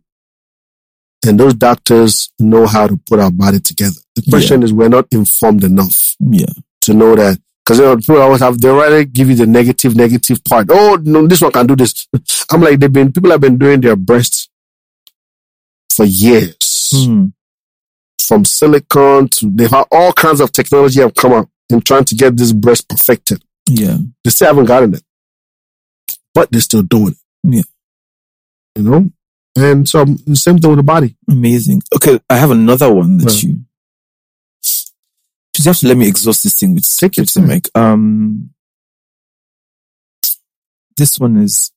S2: And those doctors know how to put our body together. The question is, we're not informed enough
S3: Yeah.
S2: to know that. Because you know, people always have they rather give you the negative, negative part. Oh no, this one can do this. I'm like they've been people have been doing their breasts for years,
S3: Hmm.
S2: from silicone to they've had all kinds of technology have come up in trying to get this breast perfected.
S3: Yeah.
S2: They still haven't gotten it, but they're still doing it.
S3: Yeah.
S2: You know? And so, the same thing with the body.
S3: Amazing. Okay, I have another one that
S2: Right.
S3: you. You just have to let me exhaust this thing with
S2: Take your
S3: with
S2: time.
S3: Mike. Um, this one is.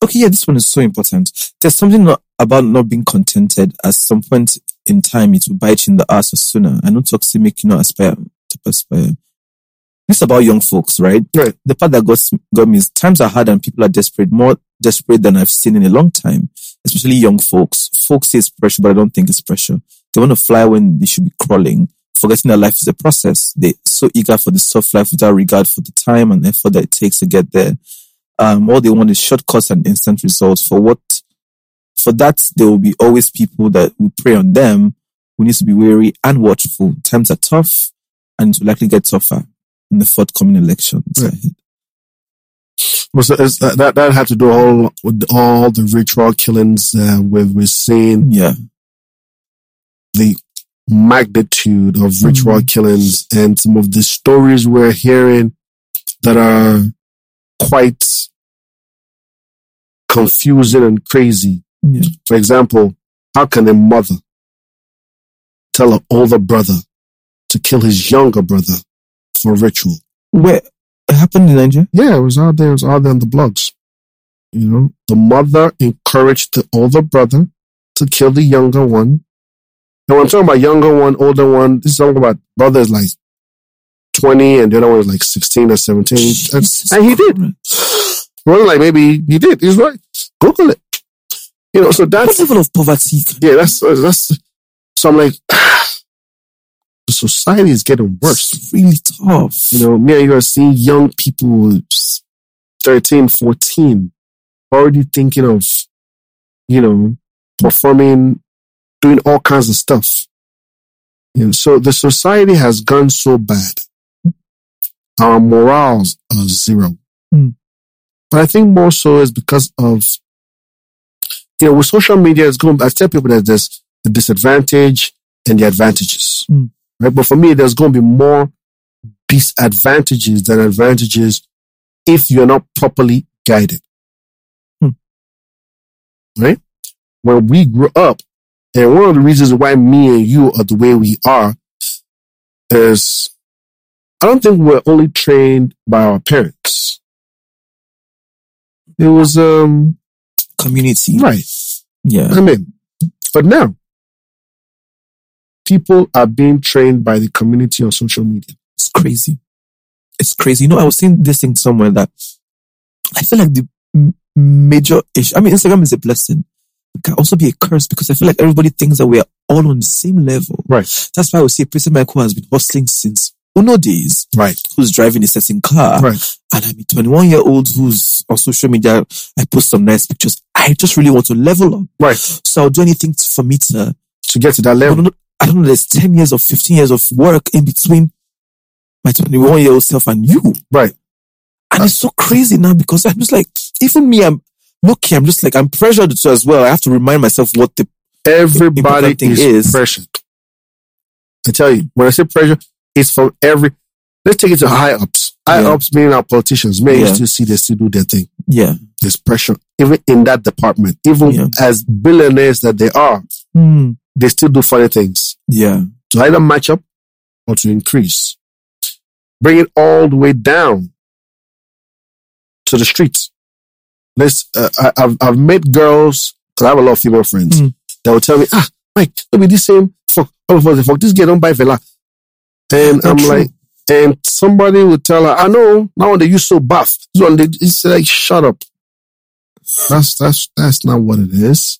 S3: Okay, yeah, this one is so important. There's something not, about not being contented. At some point in time, it will bite you in the ass or sooner. I know toxic make you not aspire to aspire. This is about young folks, right?
S2: Right.
S3: The part that got, got me is times are hard and people are desperate, more desperate than I've seen in a long time, especially young folks. Folks say it's pressure, but I don't think it's pressure. They want to fly when they should be crawling, forgetting that life is a process. They're so eager for the soft life without regard for the time and effort that it takes to get there. Um, all they want is shortcuts and instant results. For what, for that, there will be always people that will prey on them. We need to be wary and watchful. Times are tough and it will likely get tougher in the forthcoming elections.
S2: Yeah.
S3: ahead.
S2: Well, so it's, that, that that had to do all with all the ritual killings uh, we've we've seen
S3: Yeah.
S2: the magnitude of ritual killings and some of the stories we're hearing that are quite confusing and crazy.
S3: Yeah.
S2: For example, how can a mother tell an older brother to kill his younger brother for ritual?
S3: Where it happened in Nigeria?
S2: Yeah, it was out there. It was out there on the blogs. You know, the mother encouraged the older brother to kill the younger one. And when I'm talking about younger one, older one, this is talking about brothers like 20 and the other one was like 16 or 17. That's- and he did. Well, like maybe he did. He's right. Google it. You know, so
S3: What
S2: that's,
S3: level of poverty?
S2: yeah, that's, that's, so I'm like, the society is getting worse.
S3: It's really tough.
S2: You know, me and you are seeing young people, s- 13, 14, already thinking of, you know, performing, doing all kinds of stuff. You know, so the society has gone so bad. Our morals are zero.
S3: Hmm.
S2: But I think more so is because of, you know, with social media, it's going, I tell people that there's the disadvantage and the advantages,
S3: Hmm.
S2: right? But for me, there's going to be more disadvantages than advantages if you're not properly guided.
S3: Hmm.
S2: Right? When we grew up, and one of the reasons why me and you are the way we are is I don't think we're only trained by our parents. It was, um,
S3: Community.
S2: right.
S3: Yeah.
S2: I mean, but now people are being trained by the community on social media.
S3: It's crazy. It's crazy. You know, I was seeing this thing somewhere that I feel like the m- major issue. I mean, Instagram is a blessing. It can also be a curse because I feel like everybody thinks that we are all on the same level.
S2: Right.
S3: That's why I would say Prison Michael has been hustling since Uno days,
S2: Right.
S3: who's driving a certain car.
S2: Right.
S3: And I'm a 21 year old who's on social media. I post some nice pictures. I just really want to level up.
S2: Right.
S3: So I'll do anything t- for me to,
S2: To get to that
S3: I
S2: level.
S3: don't know, I don't know, there's 10 years or 15 years of work in between my 21 year old self and you.
S2: Right.
S3: And it's so crazy now because I'm just like, even me, I'm lucky. I'm just like, I'm pressured to as well. I have to remind myself what the,
S2: Everybody
S3: Important thing
S2: is,
S3: is-
S2: pressured. I tell you, when I say pressure, it's from every. Let's take it to high ups. High
S3: Yeah.
S2: ups meaning our politicians. Man,
S3: Yeah.
S2: you still see they still do their thing.
S3: yeah.
S2: There's pressure, even in that department. Even
S3: Yeah.
S2: as billionaires that they are,
S3: Hmm.
S2: they still do funny things
S3: Yeah.
S2: to either match up or to increase. Bring it all the way down to the streets. Let's. Uh, I, I've I've met girls because I have a lot of female friends
S3: Mm.
S2: that will tell me, ah, Mike, don't be this same fuck, oh, fuck, fuck, this girl don't buy villa, and I'm
S3: True.
S2: like, and somebody will tell her, I know now they use so buff. This one, they, it's like, shut up. That's that's that's not what it is.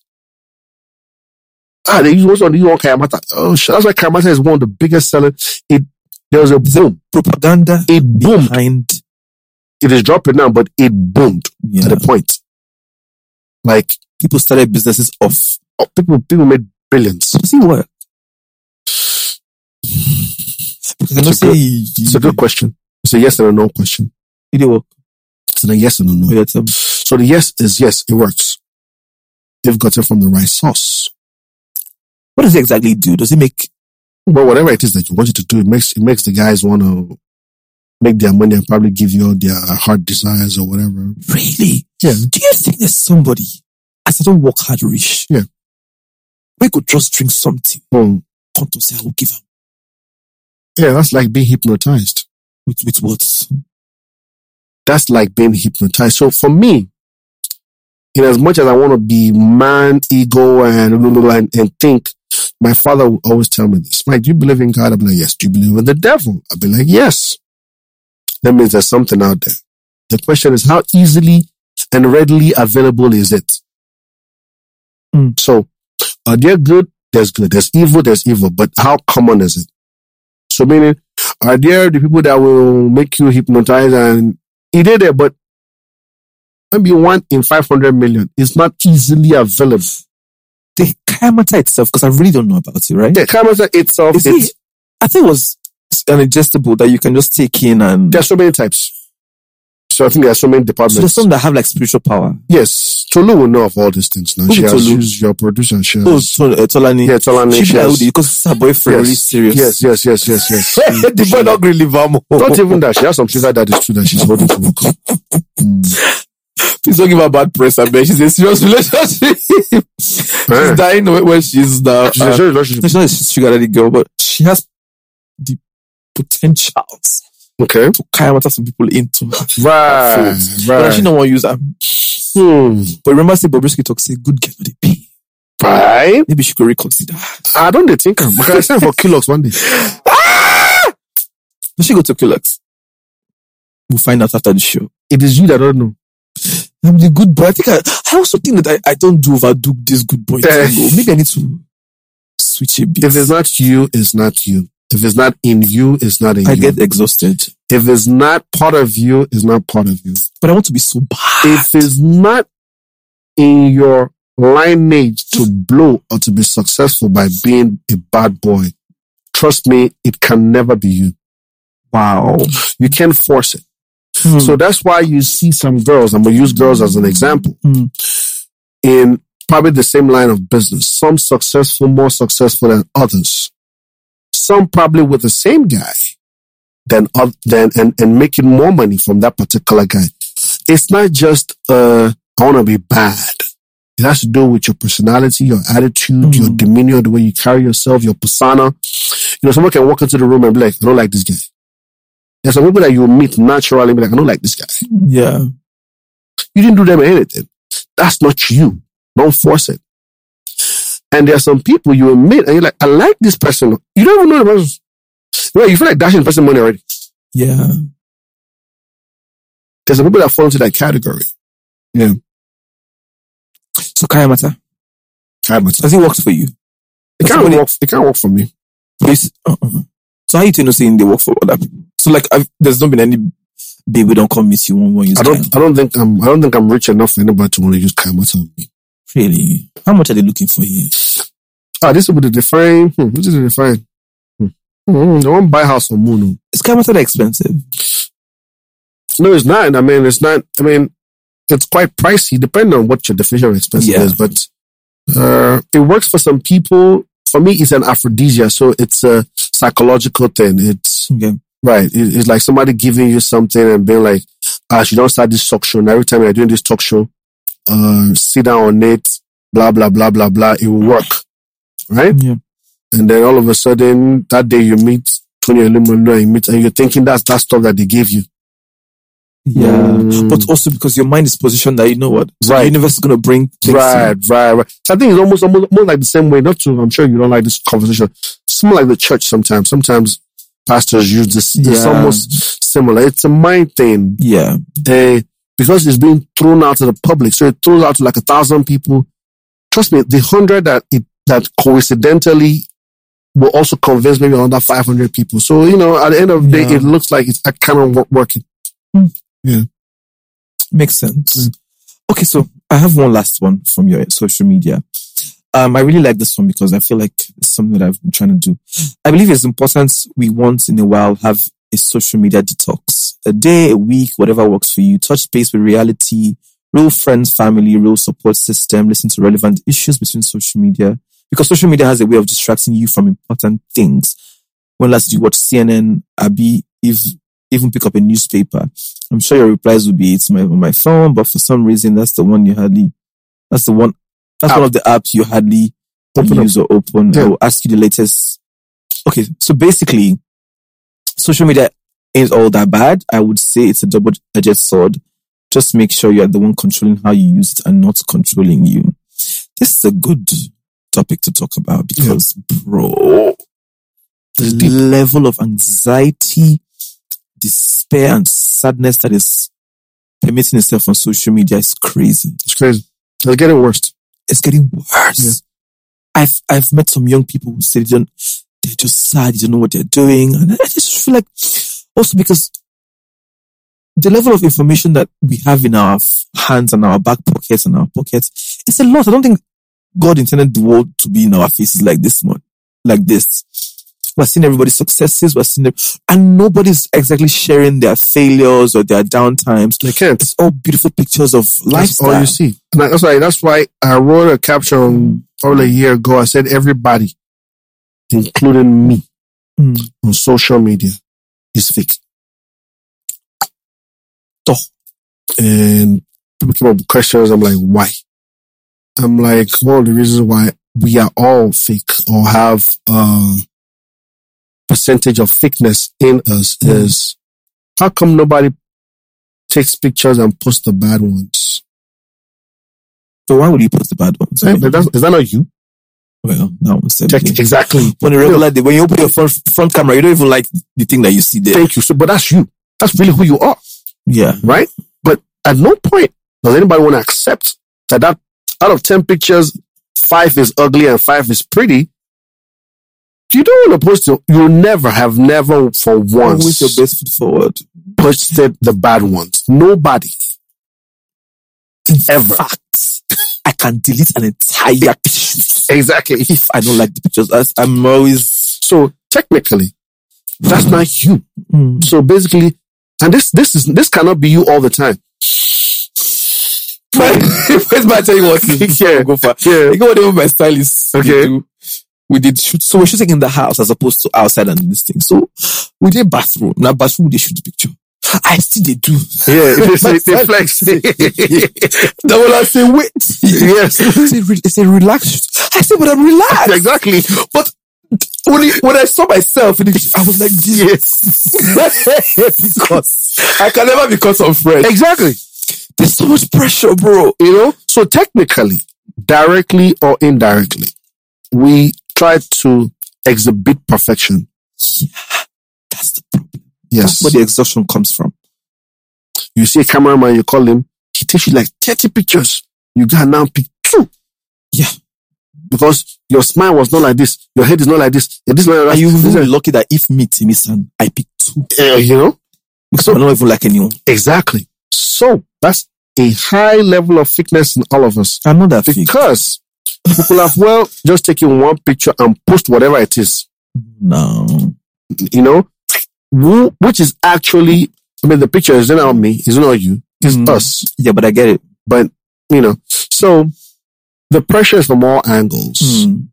S2: Ah, they use what's on the UK Karamata. Oh, shit. That's why Karamata is one of the biggest selling. It there was a boom.
S3: Propaganda
S2: It boomed.
S3: behind.
S2: It is dropping now, but it boomed
S3: Yeah.
S2: at a point. Like
S3: People started businesses off.
S2: oh, people, people made billions.
S3: Does it work? Because I'm not
S2: It's a good-
S3: saying
S2: It's a good question. It's a yes and a no question.
S3: It didn't work.
S2: It's a yes and a
S3: Oh,
S2: no.
S3: yeah, tell me.
S2: So the yes is yes, it works. They've got it from the right source.
S3: What does it exactly do? Does it make
S2: But whatever it is that you want you to do, it makes it makes the guys want to make their money and probably give you all their heart desires or whatever.
S3: Really?
S2: Yeah.
S3: Do you think there's somebody as I don't work hard rich?
S2: Yeah.
S3: We could just drink something.
S2: Oh,
S3: Come to say I will give him
S2: yeah, that's like being hypnotized.
S3: with with words.
S2: that's like being hypnotized. So for me, in as much as I want to be man, ego, and blah, blah, blah, and, and think, my father would always tell me this. Mike, do you believe in God? I'd be like, yes. Do you believe in the devil? I'd be like, yes. That means there's something out there. The question is, how easily and readily available is it?
S3: Mm.
S2: So, are there good? There's good. There's evil. There's evil. But how common is it? So meaning, are there the people that will make you hypnotize and he did it, but maybe one in 500 million is not easily available.
S3: The Kaimata itself, because I really don't know about it, right?
S2: The Karamata itself,
S3: Is
S2: it's,
S3: it, I think it was an ingestible that you can just take in and
S2: there are so many types. So I think there are so many
S3: So there's
S2: departments.
S3: some that have like spiritual power.
S2: yes, Tolu will know of all these things now.
S3: Who
S2: She
S3: is
S2: has,
S3: Tolu?
S2: she's your producer. and She has,
S3: Oh, so, uh, Tolani.
S2: Yeah, Tolani,
S3: She
S2: she
S3: did that
S2: has-
S3: with it because this is her boyfriend really serious.
S2: yes, yes, yes, yes, yes.
S3: the boy not really vamo.
S2: Not even that. She has some sugar daddies too that she's holding to work. on.
S3: Please don't give her bad press. I bet she's in a serious relationship. she's dying when when Eh. she's now.
S2: She's a
S3: uh,
S2: serious relationship.
S3: She's not a sugar daddy girl, but she has the potentials
S2: Okay.
S3: to carry out some people into her.
S2: Right.
S3: But actually,
S2: Right.
S3: no one use them.
S2: Hmm.
S3: But remember, say Bobrisky talks, say good girl, they pay.
S2: Right.
S3: Maybe she could reconsider.
S2: I don't they think I'm because I send for Kilox one day.
S3: Does she go to Kilox? We'll find out after the show.
S2: It is you that don't know.
S3: I'm the good boy. I think I, I also think that I, I don't do overdo this good boy thing.
S2: Eh.
S3: though. Maybe I need to switch a bit.
S2: If it's not you, it's not you. If it's not in you, it's not in
S3: I
S2: you.
S3: get exhausted,
S2: if it's not part of you, it's not part of you.
S3: but I want to be so bad.
S2: If it's not in your lineage to blow or to be successful by being a bad boy, trust me, it can never be you.
S3: Wow.
S2: You can't force it.
S3: So
S2: So that's why you see some girls, I'm going to use girls as an example,
S3: Hmm.
S2: in probably the same line of business. Some successful, more successful than others. Some probably with the same guy than, oth- than and, and making more money from that particular guy. It's not just, uh, I want to be bad. It has to do with your personality, your attitude, your
S3: Hmm.
S2: demeanor, the way you carry yourself, your persona. You know, someone can walk into the room and be like, I don't like this guy. There's some people that you meet naturally, be like, I don't like this guy.
S3: yeah,
S2: You didn't do them anything. That's not you. Don't force it. And there are some people you will meet and you're like, I like this person. You don't even know the person. You, know, you feel like dashing the person money already.
S3: yeah.
S2: There's some people that fall into that category.
S3: So Kayamata,
S2: Kind of.
S3: has it worked for you?
S2: It can't
S3: Has somebody-
S2: work. It can't work for me.
S3: Please. Uh-uh. So how you tell us saying they work for other people? So like, I've, there's not been any baby don't come meet you one one.
S2: I don't. I don't think I'm. I don't think I'm rich enough for anybody to want to use Kaimata on me.
S3: really. How much are they looking for here?
S2: Ah, this will be the define. Hmm, this is the define. Hmm. Hmm, they won't buy house on Moon. oh.
S3: Is Kayamata that expensive?
S2: No, it's not. I mean, it's not. I mean, it's quite pricey, depending on what your definition of expensive
S3: Yeah.
S2: is. But uh, it works for some people. For me, it's an aphrodisia, so it's a psychological thing. It's
S3: Okay.
S2: right. It- it's like somebody giving you something and being like, "Ah, you don't start this talk show. Now, every time you're doing this talk show, uh, sit down on it. Blah blah blah blah blah. It will work, right?
S3: Yeah.
S2: And then all of a sudden, that day you meet Tony Elimolu and you meet, and you're thinking that's that stuff that they gave you.
S3: Yeah.
S2: Mm.
S3: But also because your mind is positioned that you know what? So
S2: Right.
S3: the universe is gonna bring things
S2: Right, right, right. So I think it's almost, almost, almost like the same way. Not to, I'm sure you don't like this conversation. Some like the church sometimes. Sometimes pastors use this. It's
S3: Yeah.
S2: almost similar. It's a mind thing.
S3: in. Yeah.
S2: They, because it's being thrown out to the public. So it throws out to like a thousand people. Trust me, the hundred that it, that coincidentally will also convince maybe another 500 people. So, you know, at the end of the day,
S3: Yeah.
S2: it looks like it's kind of work, working.
S3: Makes sense. Okay, so I have one last one from your social media. Um, I really like this one because I feel like it's something that I've been trying to do. I believe it's important we once in a while have a social media detox. A day, a week, whatever works for you. Touch base with reality, real friends, family, real support system. Listen to relevant issues between social media because social media has a way of distracting you from important things. When last did you watch CNN? Abi, if even pick up a newspaper. I'm sure your replies will be it's my on my phone, but for some reason that's the one you hardly that's the one that's one of the apps you hardly
S2: Ah. Open up.
S3: use or open.
S2: Yeah.
S3: It will ask you the latest Okay, so basically social media ain't all that bad. I would say it's a double edged sword. Just make sure you're the one controlling how you use it and not controlling you. This is a good topic to talk about because bro the
S2: It's deep.
S3: level of anxiety despair and sadness that is permitting itself on social media is crazy.
S2: It's crazy. It's getting worse.
S3: It's getting worse. I've I've met some young people who say they don't, they're just sad, they don't know what they're doing, and I I just feel like also because the level of information that we have in our f- hands and our back pockets and our pockets, it's a lot. I don't think God intended the world to be in our faces like this much, like this. We're seeing everybody's successes. We're seeing, it, and nobody's exactly sharing their failures or their downtimes.
S2: They can't.
S3: It's all beautiful pictures of
S2: That's
S3: lifestyle.
S2: all you see. And that's why. That's why I wrote a caption probably a year ago. I said everybody, including me,
S3: Mm.
S2: on social media, is fake.
S3: Toh.
S2: And people came up with questions. I'm like, why? I'm like, one of the reasons why we are all fake or have a percentage of thickness in us is how come nobody takes pictures and posts the bad ones?
S3: So why would you post the bad ones?
S2: Hey, Eh, but that's, is that not you?
S3: well, that one's
S2: Check-
S3: definitely-
S2: exactly.
S3: When you regular day, when you open your front, front camera, you don't even like the thing that you see there.
S2: Thank you. So, but that's you. That's really who you are,
S3: Yeah.
S2: right? But at no point does anybody want to accept that that out of 10 pictures, five is ugly and five is pretty. You don't want to post it. You'll never have never for
S3: Always your
S2: once
S3: best foot forward.
S2: posted the bad ones. Nobody. Ever.
S3: Facts. I can delete an entire picture
S2: Exactly.
S3: if I don't like the pictures. As I'm always.
S2: So technically, that's not you.
S3: Mm.
S2: So basically, and this this is this cannot be you all the time.
S3: First, man, I tell you what.
S2: Yeah.
S3: Go for.
S2: Yeah.
S3: You know what even my stylist okay.
S2: Okay.
S3: do? We did shoot, so we're shooting in the house as opposed to outside and this thing. So we did bathroom. Now bathroom, they shoot the picture. I see they do.
S2: Yeah, they,
S3: My
S2: they, they flex.
S3: stylist- Then when I say wait,
S2: Yes.
S3: I say, "Re- I say relax. I say, but I'm relaxed.
S2: exactly.
S3: But when, it- when I saw myself in the picture, I was like, Jesus. because I can never be caught on French.
S2: Exactly.
S3: There's so much pressure, bro.
S2: You know, so technically, directly or indirectly, we try to exhibit perfection.
S3: That's the problem.
S2: Yes.
S3: That's where the exhaustion comes from.
S2: You see a cameraman, you call him, he takes you like 30 pictures. You got now pick two.
S3: Yeah.
S2: Because your smile was not like this. Your head is not like this. This is not like
S3: Are
S2: that.
S3: you
S2: This
S3: really
S2: is-
S3: lucky that if me, Timmy San, I pick two?
S2: uh, you know?
S3: Because I don't even like anyone.
S2: Exactly. So that's a high level of thickness in all of us.
S3: I'm not that fake.
S2: Because we could have well just taken one picture and post whatever it is,
S3: No.
S2: you know, Who- which is actually, I mean, the picture is not on me, it's not you, it's
S3: Mm.
S2: us,
S3: Yeah, but I get it.
S2: but you know, so the pressure is from all angles.
S3: Mm.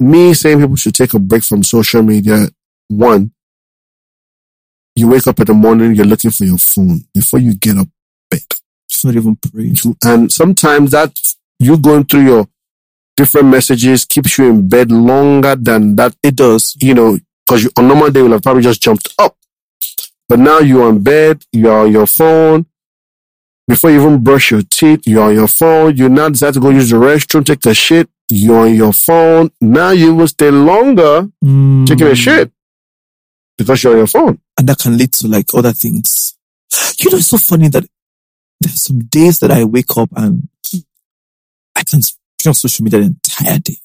S2: Me saying people should take a break from social media, one, you wake up in the morning, you're looking for your phone before you get up.
S3: It's not even praying.
S2: you- and sometimes that you going through your different messages keeps you in bed longer than that
S3: It does.
S2: you know because on normal day you would have probably just jumped up but now you're on bed you're on your phone before you even brush your teeth you're on your phone you now decide to go use the restroom take a shit you're on your phone now you will stay longer
S3: Mm.
S2: taking a shit because you're on your phone
S3: and that can lead to like other things. You know, it's so funny that there's some days that I wake up and I can be on social media the entire day.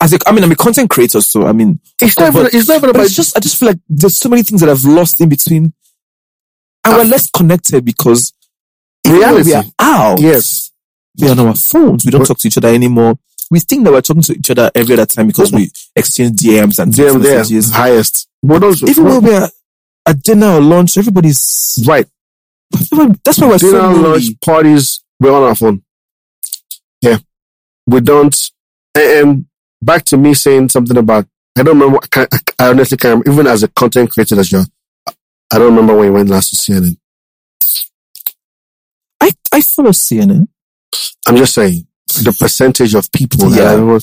S3: As a, I mean, I'm a content creator, so I mean,
S2: it's not even,
S3: but-
S2: it's not even
S3: but
S2: about
S3: it's just I just feel like there's so many things that I've lost in between, and we're less connected because even when
S2: Reality.
S3: we are out.
S2: Yes.
S3: we are on our phones. We don't
S2: We're-
S3: talk to each other anymore. We think that we're talking to each other every other time because we exchange DMs and text
S2: them there
S3: messages.
S2: highest but also,
S3: Even when we're at dinner or lunch, everybody's
S2: right
S3: That's why we're
S2: dinner,
S3: so lonely.
S2: lunch, parties, we're on our phone. Yeah. We don't. And, and back to me saying something about, I don't remember, I, can't, I- I honestly can't remember, even as a content creator that you're, I I don't remember when you went last to CNN.
S3: I, I follow CNN.
S2: I'm just saying, the percentage of people that
S3: Yeah.
S2: I remember-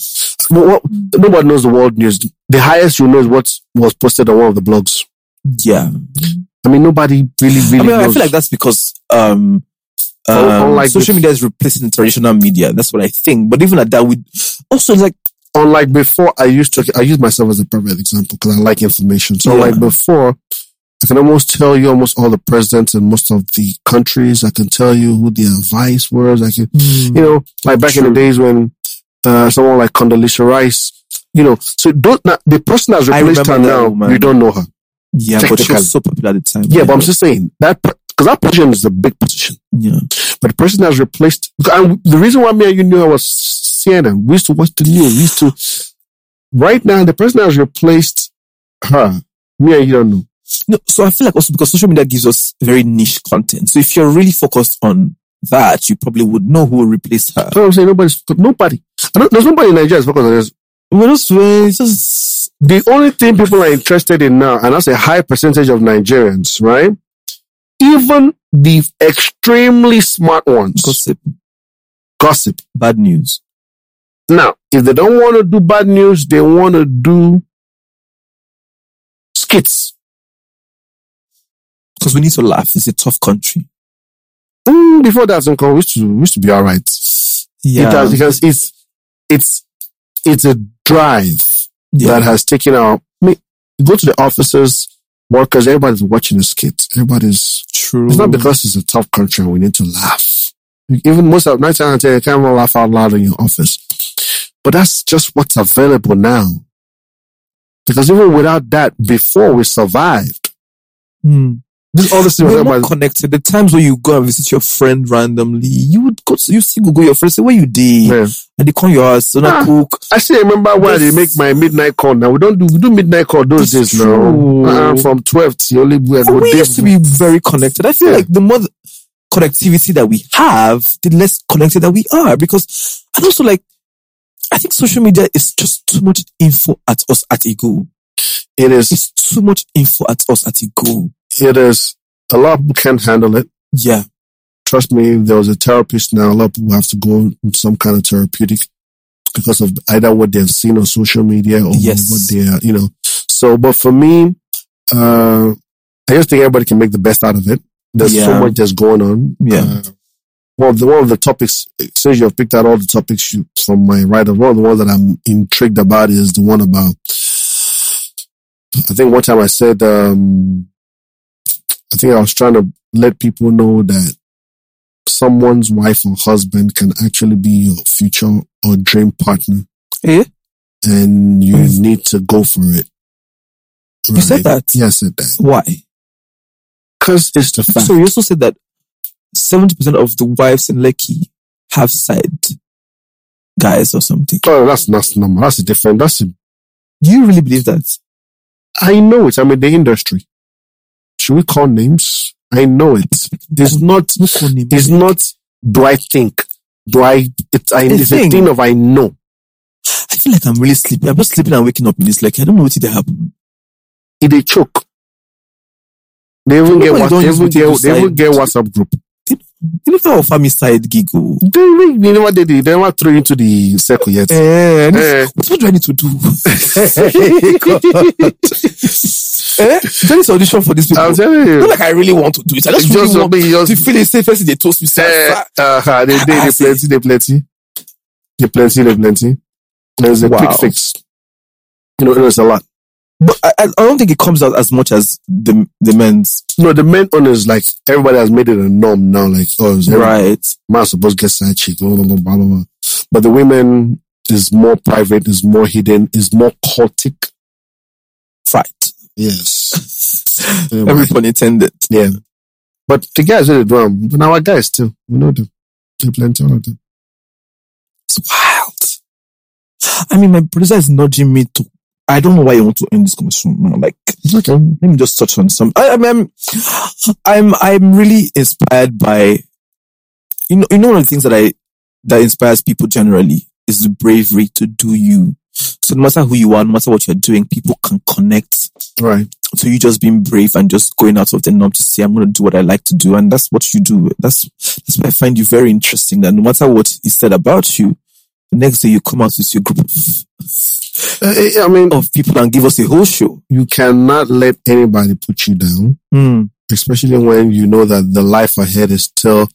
S2: Well, what- nobody knows the world news. The highest you know is what was posted on one of the blogs.
S3: Yeah.
S2: I mean, nobody really, really Oh,
S3: I mean,
S2: knows.
S3: I feel like that's because, um,
S2: Un-
S3: um,
S2: unlike
S3: social
S2: bef-
S3: media is replacing traditional media. That's what I think. But even at that, we also like,
S2: unlike before, I used to, I use myself as a perfect example because I like information. So,
S3: Yeah.
S2: like before, I can almost tell you almost all the presidents in most of the countries. I can tell you who their vice was. I can, you know, like back in
S3: True.
S2: the days when uh, someone like Condoleezza Rice, you know, so don't, not, the person that's
S3: I
S2: replaced her
S3: remember that
S2: now,
S3: woman.
S2: you don't know her.
S3: yeah, but she
S2: Technically.
S3: was so popular at the time.
S2: Yeah, but I'm just saying that because that position is a big position.
S3: yeah.
S2: But the person that's replaced, and the reason why me and you knew I was CNN, we used to watch the news, we used to, right now, the person that has replaced her, me and you don't know.
S3: No, so I feel like also because social media gives us very niche content. So if you're really focused on that, you probably would know who will replace her.
S2: That's what I'm saying. Nobody's, nobody. I don't, there's nobody in Nigeria that's focused on this.
S3: But also, it's just
S2: The only thing people are interested in now, and that's a high percentage of Nigerians, right? Even the extremely smart ones.
S3: gossip,
S2: Gossip.
S3: bad news.
S2: Now, if they don't want to do bad news, they want to do skits.
S3: Because we need to laugh. It's a tough country.
S2: Mm, before that, Uncle, we used to, we used to be all right.
S3: Yeah.
S2: It has, because it's, it's, it's a drive.
S3: yeah.
S2: that has taken out. I mean, you go to the officers, workers, everybody's watching this kid. Everybody's.
S3: True.
S2: It's not because it's a tough country and we need to laugh. Even most of nine times out of ten, you can't even laugh out loud in your office. But that's just what's available now. Because even without that, before we survived,
S3: Hmm.
S2: this all this thing was
S3: We're not
S2: about
S3: connected. The times where you go and visit your friend randomly, you would go, to, you see, go your friend say, where you did?
S2: Yeah.
S3: And they come your house, don't
S2: Ah,
S3: cook.
S2: I still remember when
S3: This-
S2: they make my midnight call. Now we don't do we do midnight call those
S3: That's
S2: days now.
S3: true.
S2: Uh, from twelve to only we
S3: But we used to be very connected. I feel
S2: Yeah.
S3: like the more connectivity that we have, the less connected that we are. Because, and also like, I think social media is just too much info at us at a go.
S2: It is
S3: It's too much info at us at a go.
S2: it is a lot of people can't handle it.
S3: Yeah.
S2: Trust me, if there was a therapist now, a lot of people have to go in some kind of therapeutic because of either what they've seen on social media or
S3: Yes.
S2: what they are, you know. So, but for me, uh, I just think everybody can make the best out of it. There's so
S3: Yeah.
S2: much that's going on.
S3: Yeah.
S2: Uh, one of the, one of the topics, since you've picked out all the topics you, from my write up, one of the ones that I'm intrigued about is the one about, I think one time I said, um, I think I was trying to let people know that someone's wife or husband can actually be your future or dream partner
S3: Eh?
S2: and you need to go for it.
S3: Hmm. You said that?
S2: Yeah, I said that.
S3: Why?
S2: Because it's the fact.
S3: So you also said that 70% of the wives in Lekki have side guys or something.
S2: oh, that's that's normal. That's a different. That's a,
S3: Do you really believe that?
S2: I know it. I'm in the industry. Should we call names? I know it. It's not.
S3: No codename.
S2: It's not. Do I think? Do I? It's. I,
S3: The
S2: it's a
S3: thing.
S2: thing of I know.
S3: I feel like I'm really sleepy. I'm just sleeping and waking up in this Lekki. I don't know what it happened.
S2: It a choke. They even get
S3: Nobody
S2: what
S3: don't
S2: they
S3: use
S2: even
S3: people
S2: get they even
S3: side.
S2: get WhatsApp group.
S3: You know, that family side oh. giggle.
S2: They even- you know what they did? They never threw into the circle yet.
S3: Eh, and
S2: Eh.
S3: it's- what, do I need to do? eh? Do I need to audition for this people?
S2: I'm telling
S3: Not
S2: you.
S3: like I really want to do it. I just,
S2: Just
S3: really want
S2: something you just-
S3: to feel the safest in the toast me.
S2: Eh, uh, they, they, they
S3: I see.
S2: plenty, they plenty. They plenty, they plenty. There's a quick
S3: Wow.
S2: fix. You know, there's a lot.
S3: But I, I don't think it comes out as much as the the men's.
S2: No, the men on is like, everybody has made it a norm now. Like, oh, is every
S3: Right.
S2: man supposed to get side chick, blah, blah, blah, blah, blah, blah. But the women is more private, is more hidden, is more cultic.
S3: Right.
S2: Yes. Yeah,
S3: Every pun intended.
S2: Yeah. But the guys really do them. But our guys too. We know them. They plenty, all of them.
S3: It's wild. I mean, my producer is nudging me to. I don't know why I want to end this conversation now. Like,
S2: Okay.
S3: let me just touch on some. I, I'm, I'm, I'm, I'm really inspired by, you know, you know, one of the things that I, that inspires people generally is the bravery to do you. So no matter who you are, no matter what you're doing, people can connect
S2: Right.
S3: to you just being brave and just going out of the norm to say, I'm going to do what I like to do. And that's what you do. That's, that's why I find you very interesting that no matter what is said about you, the next day you come out with your group of,
S2: Uh, eh, I mean,
S3: of people and give us a whole show.
S2: you cannot let anybody put you down.
S3: Mm.
S2: especially when you know that the life ahead is still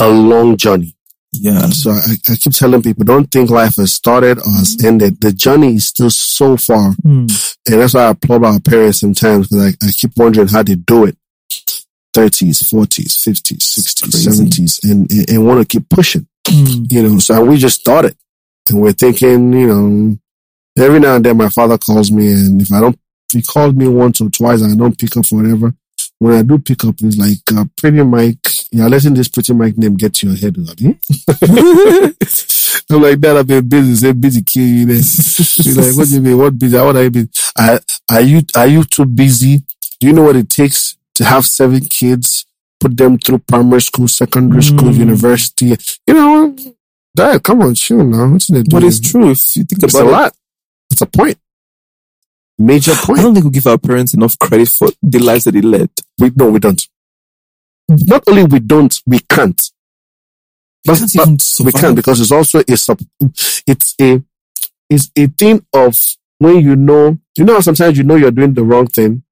S2: a long journey.
S3: Yeah.
S2: So I, I keep telling people, don't think life has started or has ended. The journey is still so far.
S3: Mm.
S2: And that's why I applaud our parents sometimes because I, I keep wondering how they do it. 30s, 40s, 50s, 60s,
S3: Crazy.
S2: 70s, and, and, and want to keep pushing,
S3: Mm.
S2: you know. So we just started and we're thinking, you know, every now and then my father calls me and if I don't, if he calls me once or twice and I don't pick up whatever, when I do pick up, it's like, uh, Pretty Mike, you're letting this Pretty Mike name get to your head, Robbie. I'm like, Dad, I've been busy. Say busy kill you then. He's like, What do you mean? What busy? What are you busy? Are, are you are you too busy? Do you know what it takes to have seven kids, put them through primary school, secondary school,
S3: Mm.
S2: university? You know, um, Dad, come on, chill now. What's in it?
S3: But it's true if you think
S2: It's a
S3: about it.
S2: lot. It's a point. Major
S3: I
S2: point.
S3: don't think we give our parents enough credit for the lives that they led.
S2: We no, we don't. Not only we don't, we can't. But,
S3: can't
S2: but
S3: even
S2: we
S3: survive.
S2: can't because it's also a sub. It's a it's a thing of when you know you know how sometimes you know you're doing the wrong thing,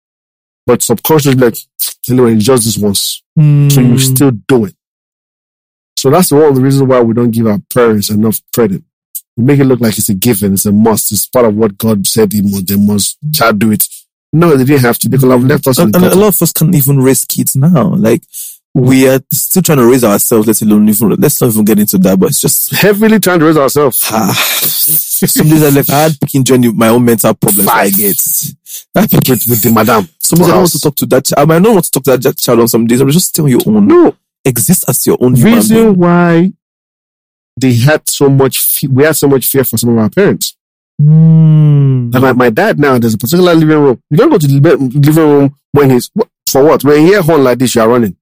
S2: but subconsciously like anyway, it's just this once, so you still do it. So that's one of the reasons why we don't give our parents enough credit. We make it look like it's a given, it's a must, it's part of what God said he must, they must child do it. No, they didn't have to. They could have left us. in
S3: and,
S2: the
S3: and a
S2: gutter.
S3: lot of us can't even raise kids now. Like we are still trying to raise ourselves. Let alone even let's not even get into that. But it's just
S2: heavily trying to raise ourselves.
S3: ah, some days I left. I had picking journey with my own mental problems. I get.
S2: with, with the madam.
S3: Sometimes I don't want to talk to that. Ch- I might not want to talk to that child on some days. I'm just stay on your own.
S2: No,
S3: Exist as your own. human
S2: reason why they had so much, fe- we had so much fear for some of our parents.
S3: being.
S2: Like my, my dad now, there's a particular living room. You don't go to the li- living room when he's, wh- for what? When you hear horn like this, you are running.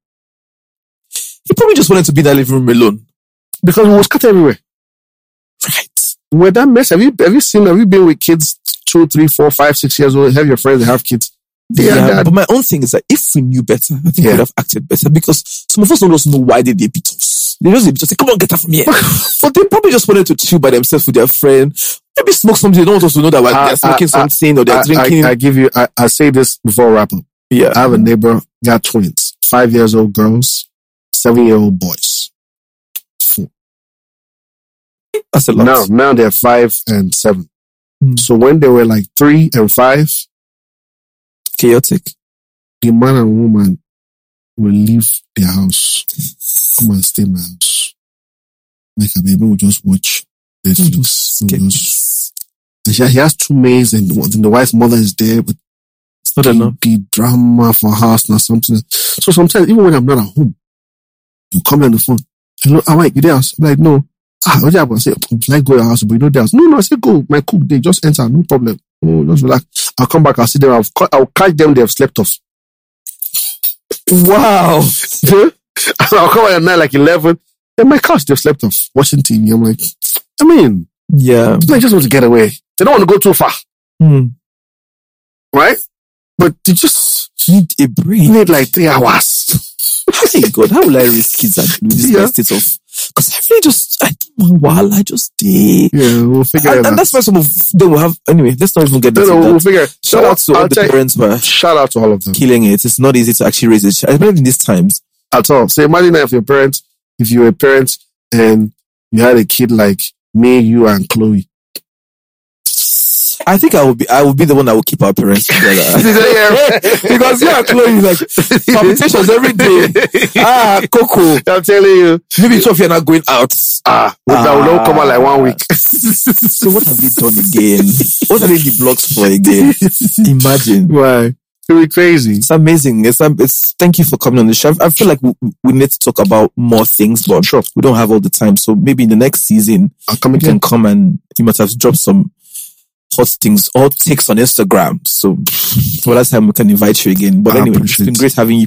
S3: He probably just wanted to be in that living room alone.
S2: Because we was cut everywhere.
S3: Right.
S2: We're that mess. Have you, have you seen, have you been with kids two, three, four, five, six years old, have your friends that have kids? They are
S3: Yeah,
S2: that-
S3: but my own thing is that if we knew better, I think we
S2: Yeah.
S3: would have acted better because some of us don't just know why they, they beat us. They just, they beat us. Say, come on, get her from here. but they probably just wanted to chill by themselves with their friend. Maybe smoke something. They don't want us to know that
S2: I-
S3: they're smoking
S2: I- I-
S3: something or they're
S2: Uh, I,
S3: drinking.
S2: I, I give you, I, I say this before I wrap up.
S3: yeah.
S2: I have a neighbor, got twins, five years old girls, seven year old boys. Four.
S3: that's a lot.
S2: Now, now they're five and seven.
S3: Hmm.
S2: So when they were like three and five,
S3: Chaotic.
S2: the man and woman will leave their house, come and stay in my house. Like a baby will just watch
S3: Mm-hmm.
S2: Netflix. We'll just-
S3: It's
S2: And she- He has two maids and the- and the wife's mother is there, but
S3: not enough.
S2: be drama for house or something. So sometimes, even when I'm not at home, you call me on the phone. Hello, am I you there? I'm like, no. Ah, what I say, like go to your house, but you know there's no, no. I say go. My cook, they just enter, no problem. Oh, just relax. I'll come back. I'll see them. I'll, ca- I'll catch them. They have slept off.
S3: Wow.
S2: I'll come out at night like eleven. Then my couch, they've slept off, watching TV. I'm like, I mean,
S3: yeah.
S2: people just want to get away. They don't want to go too far,
S3: Hmm.
S2: right? But they just
S3: Need a break.
S2: need like three hours.
S3: My God, how will I raise kids and with this
S2: Yeah.
S3: yeah. state of? Because I really just, I don't want while I just stay.
S2: Yeah, we'll figure
S3: And,
S2: it out.
S3: and that's why some of them will have. Anyway, let's not even get
S2: No,
S3: into
S2: no, we'll
S3: that.
S2: figure.
S3: Shout out to
S2: I'll
S3: all the
S2: tell you- Mm.
S3: parents who are
S2: Shout out to all of them.
S3: killing it. It's not easy to actually raise a child, especially in these times.
S2: At all. So imagine if your parents, if you were a parent and you had a kid like me, you, and Chloe.
S3: I think I will be. I will be the one that will keep our parents together. because yeah, Chloe is like palpitations every day. Ah, Coco.
S2: I'm telling you,
S3: Maybe two of you are not going out. Ah.
S2: ah, that will all come out like one week.
S3: So what have they done again? What are they in the blocks for again? Imagine.
S2: Why? It would be crazy.
S3: It's amazing. It's, um, it's thank you for coming on the show. I feel like we, we need to talk about more things, but
S2: Sure.
S3: we don't have all the time. So maybe in the next season,
S2: I'll come
S3: you
S2: again.
S3: can come and you must have dropped some hot things or takes on Instagram. So for that time we can invite you again. But
S2: I
S3: anyway, it's
S2: appreciate
S3: been
S2: it.
S3: great having you.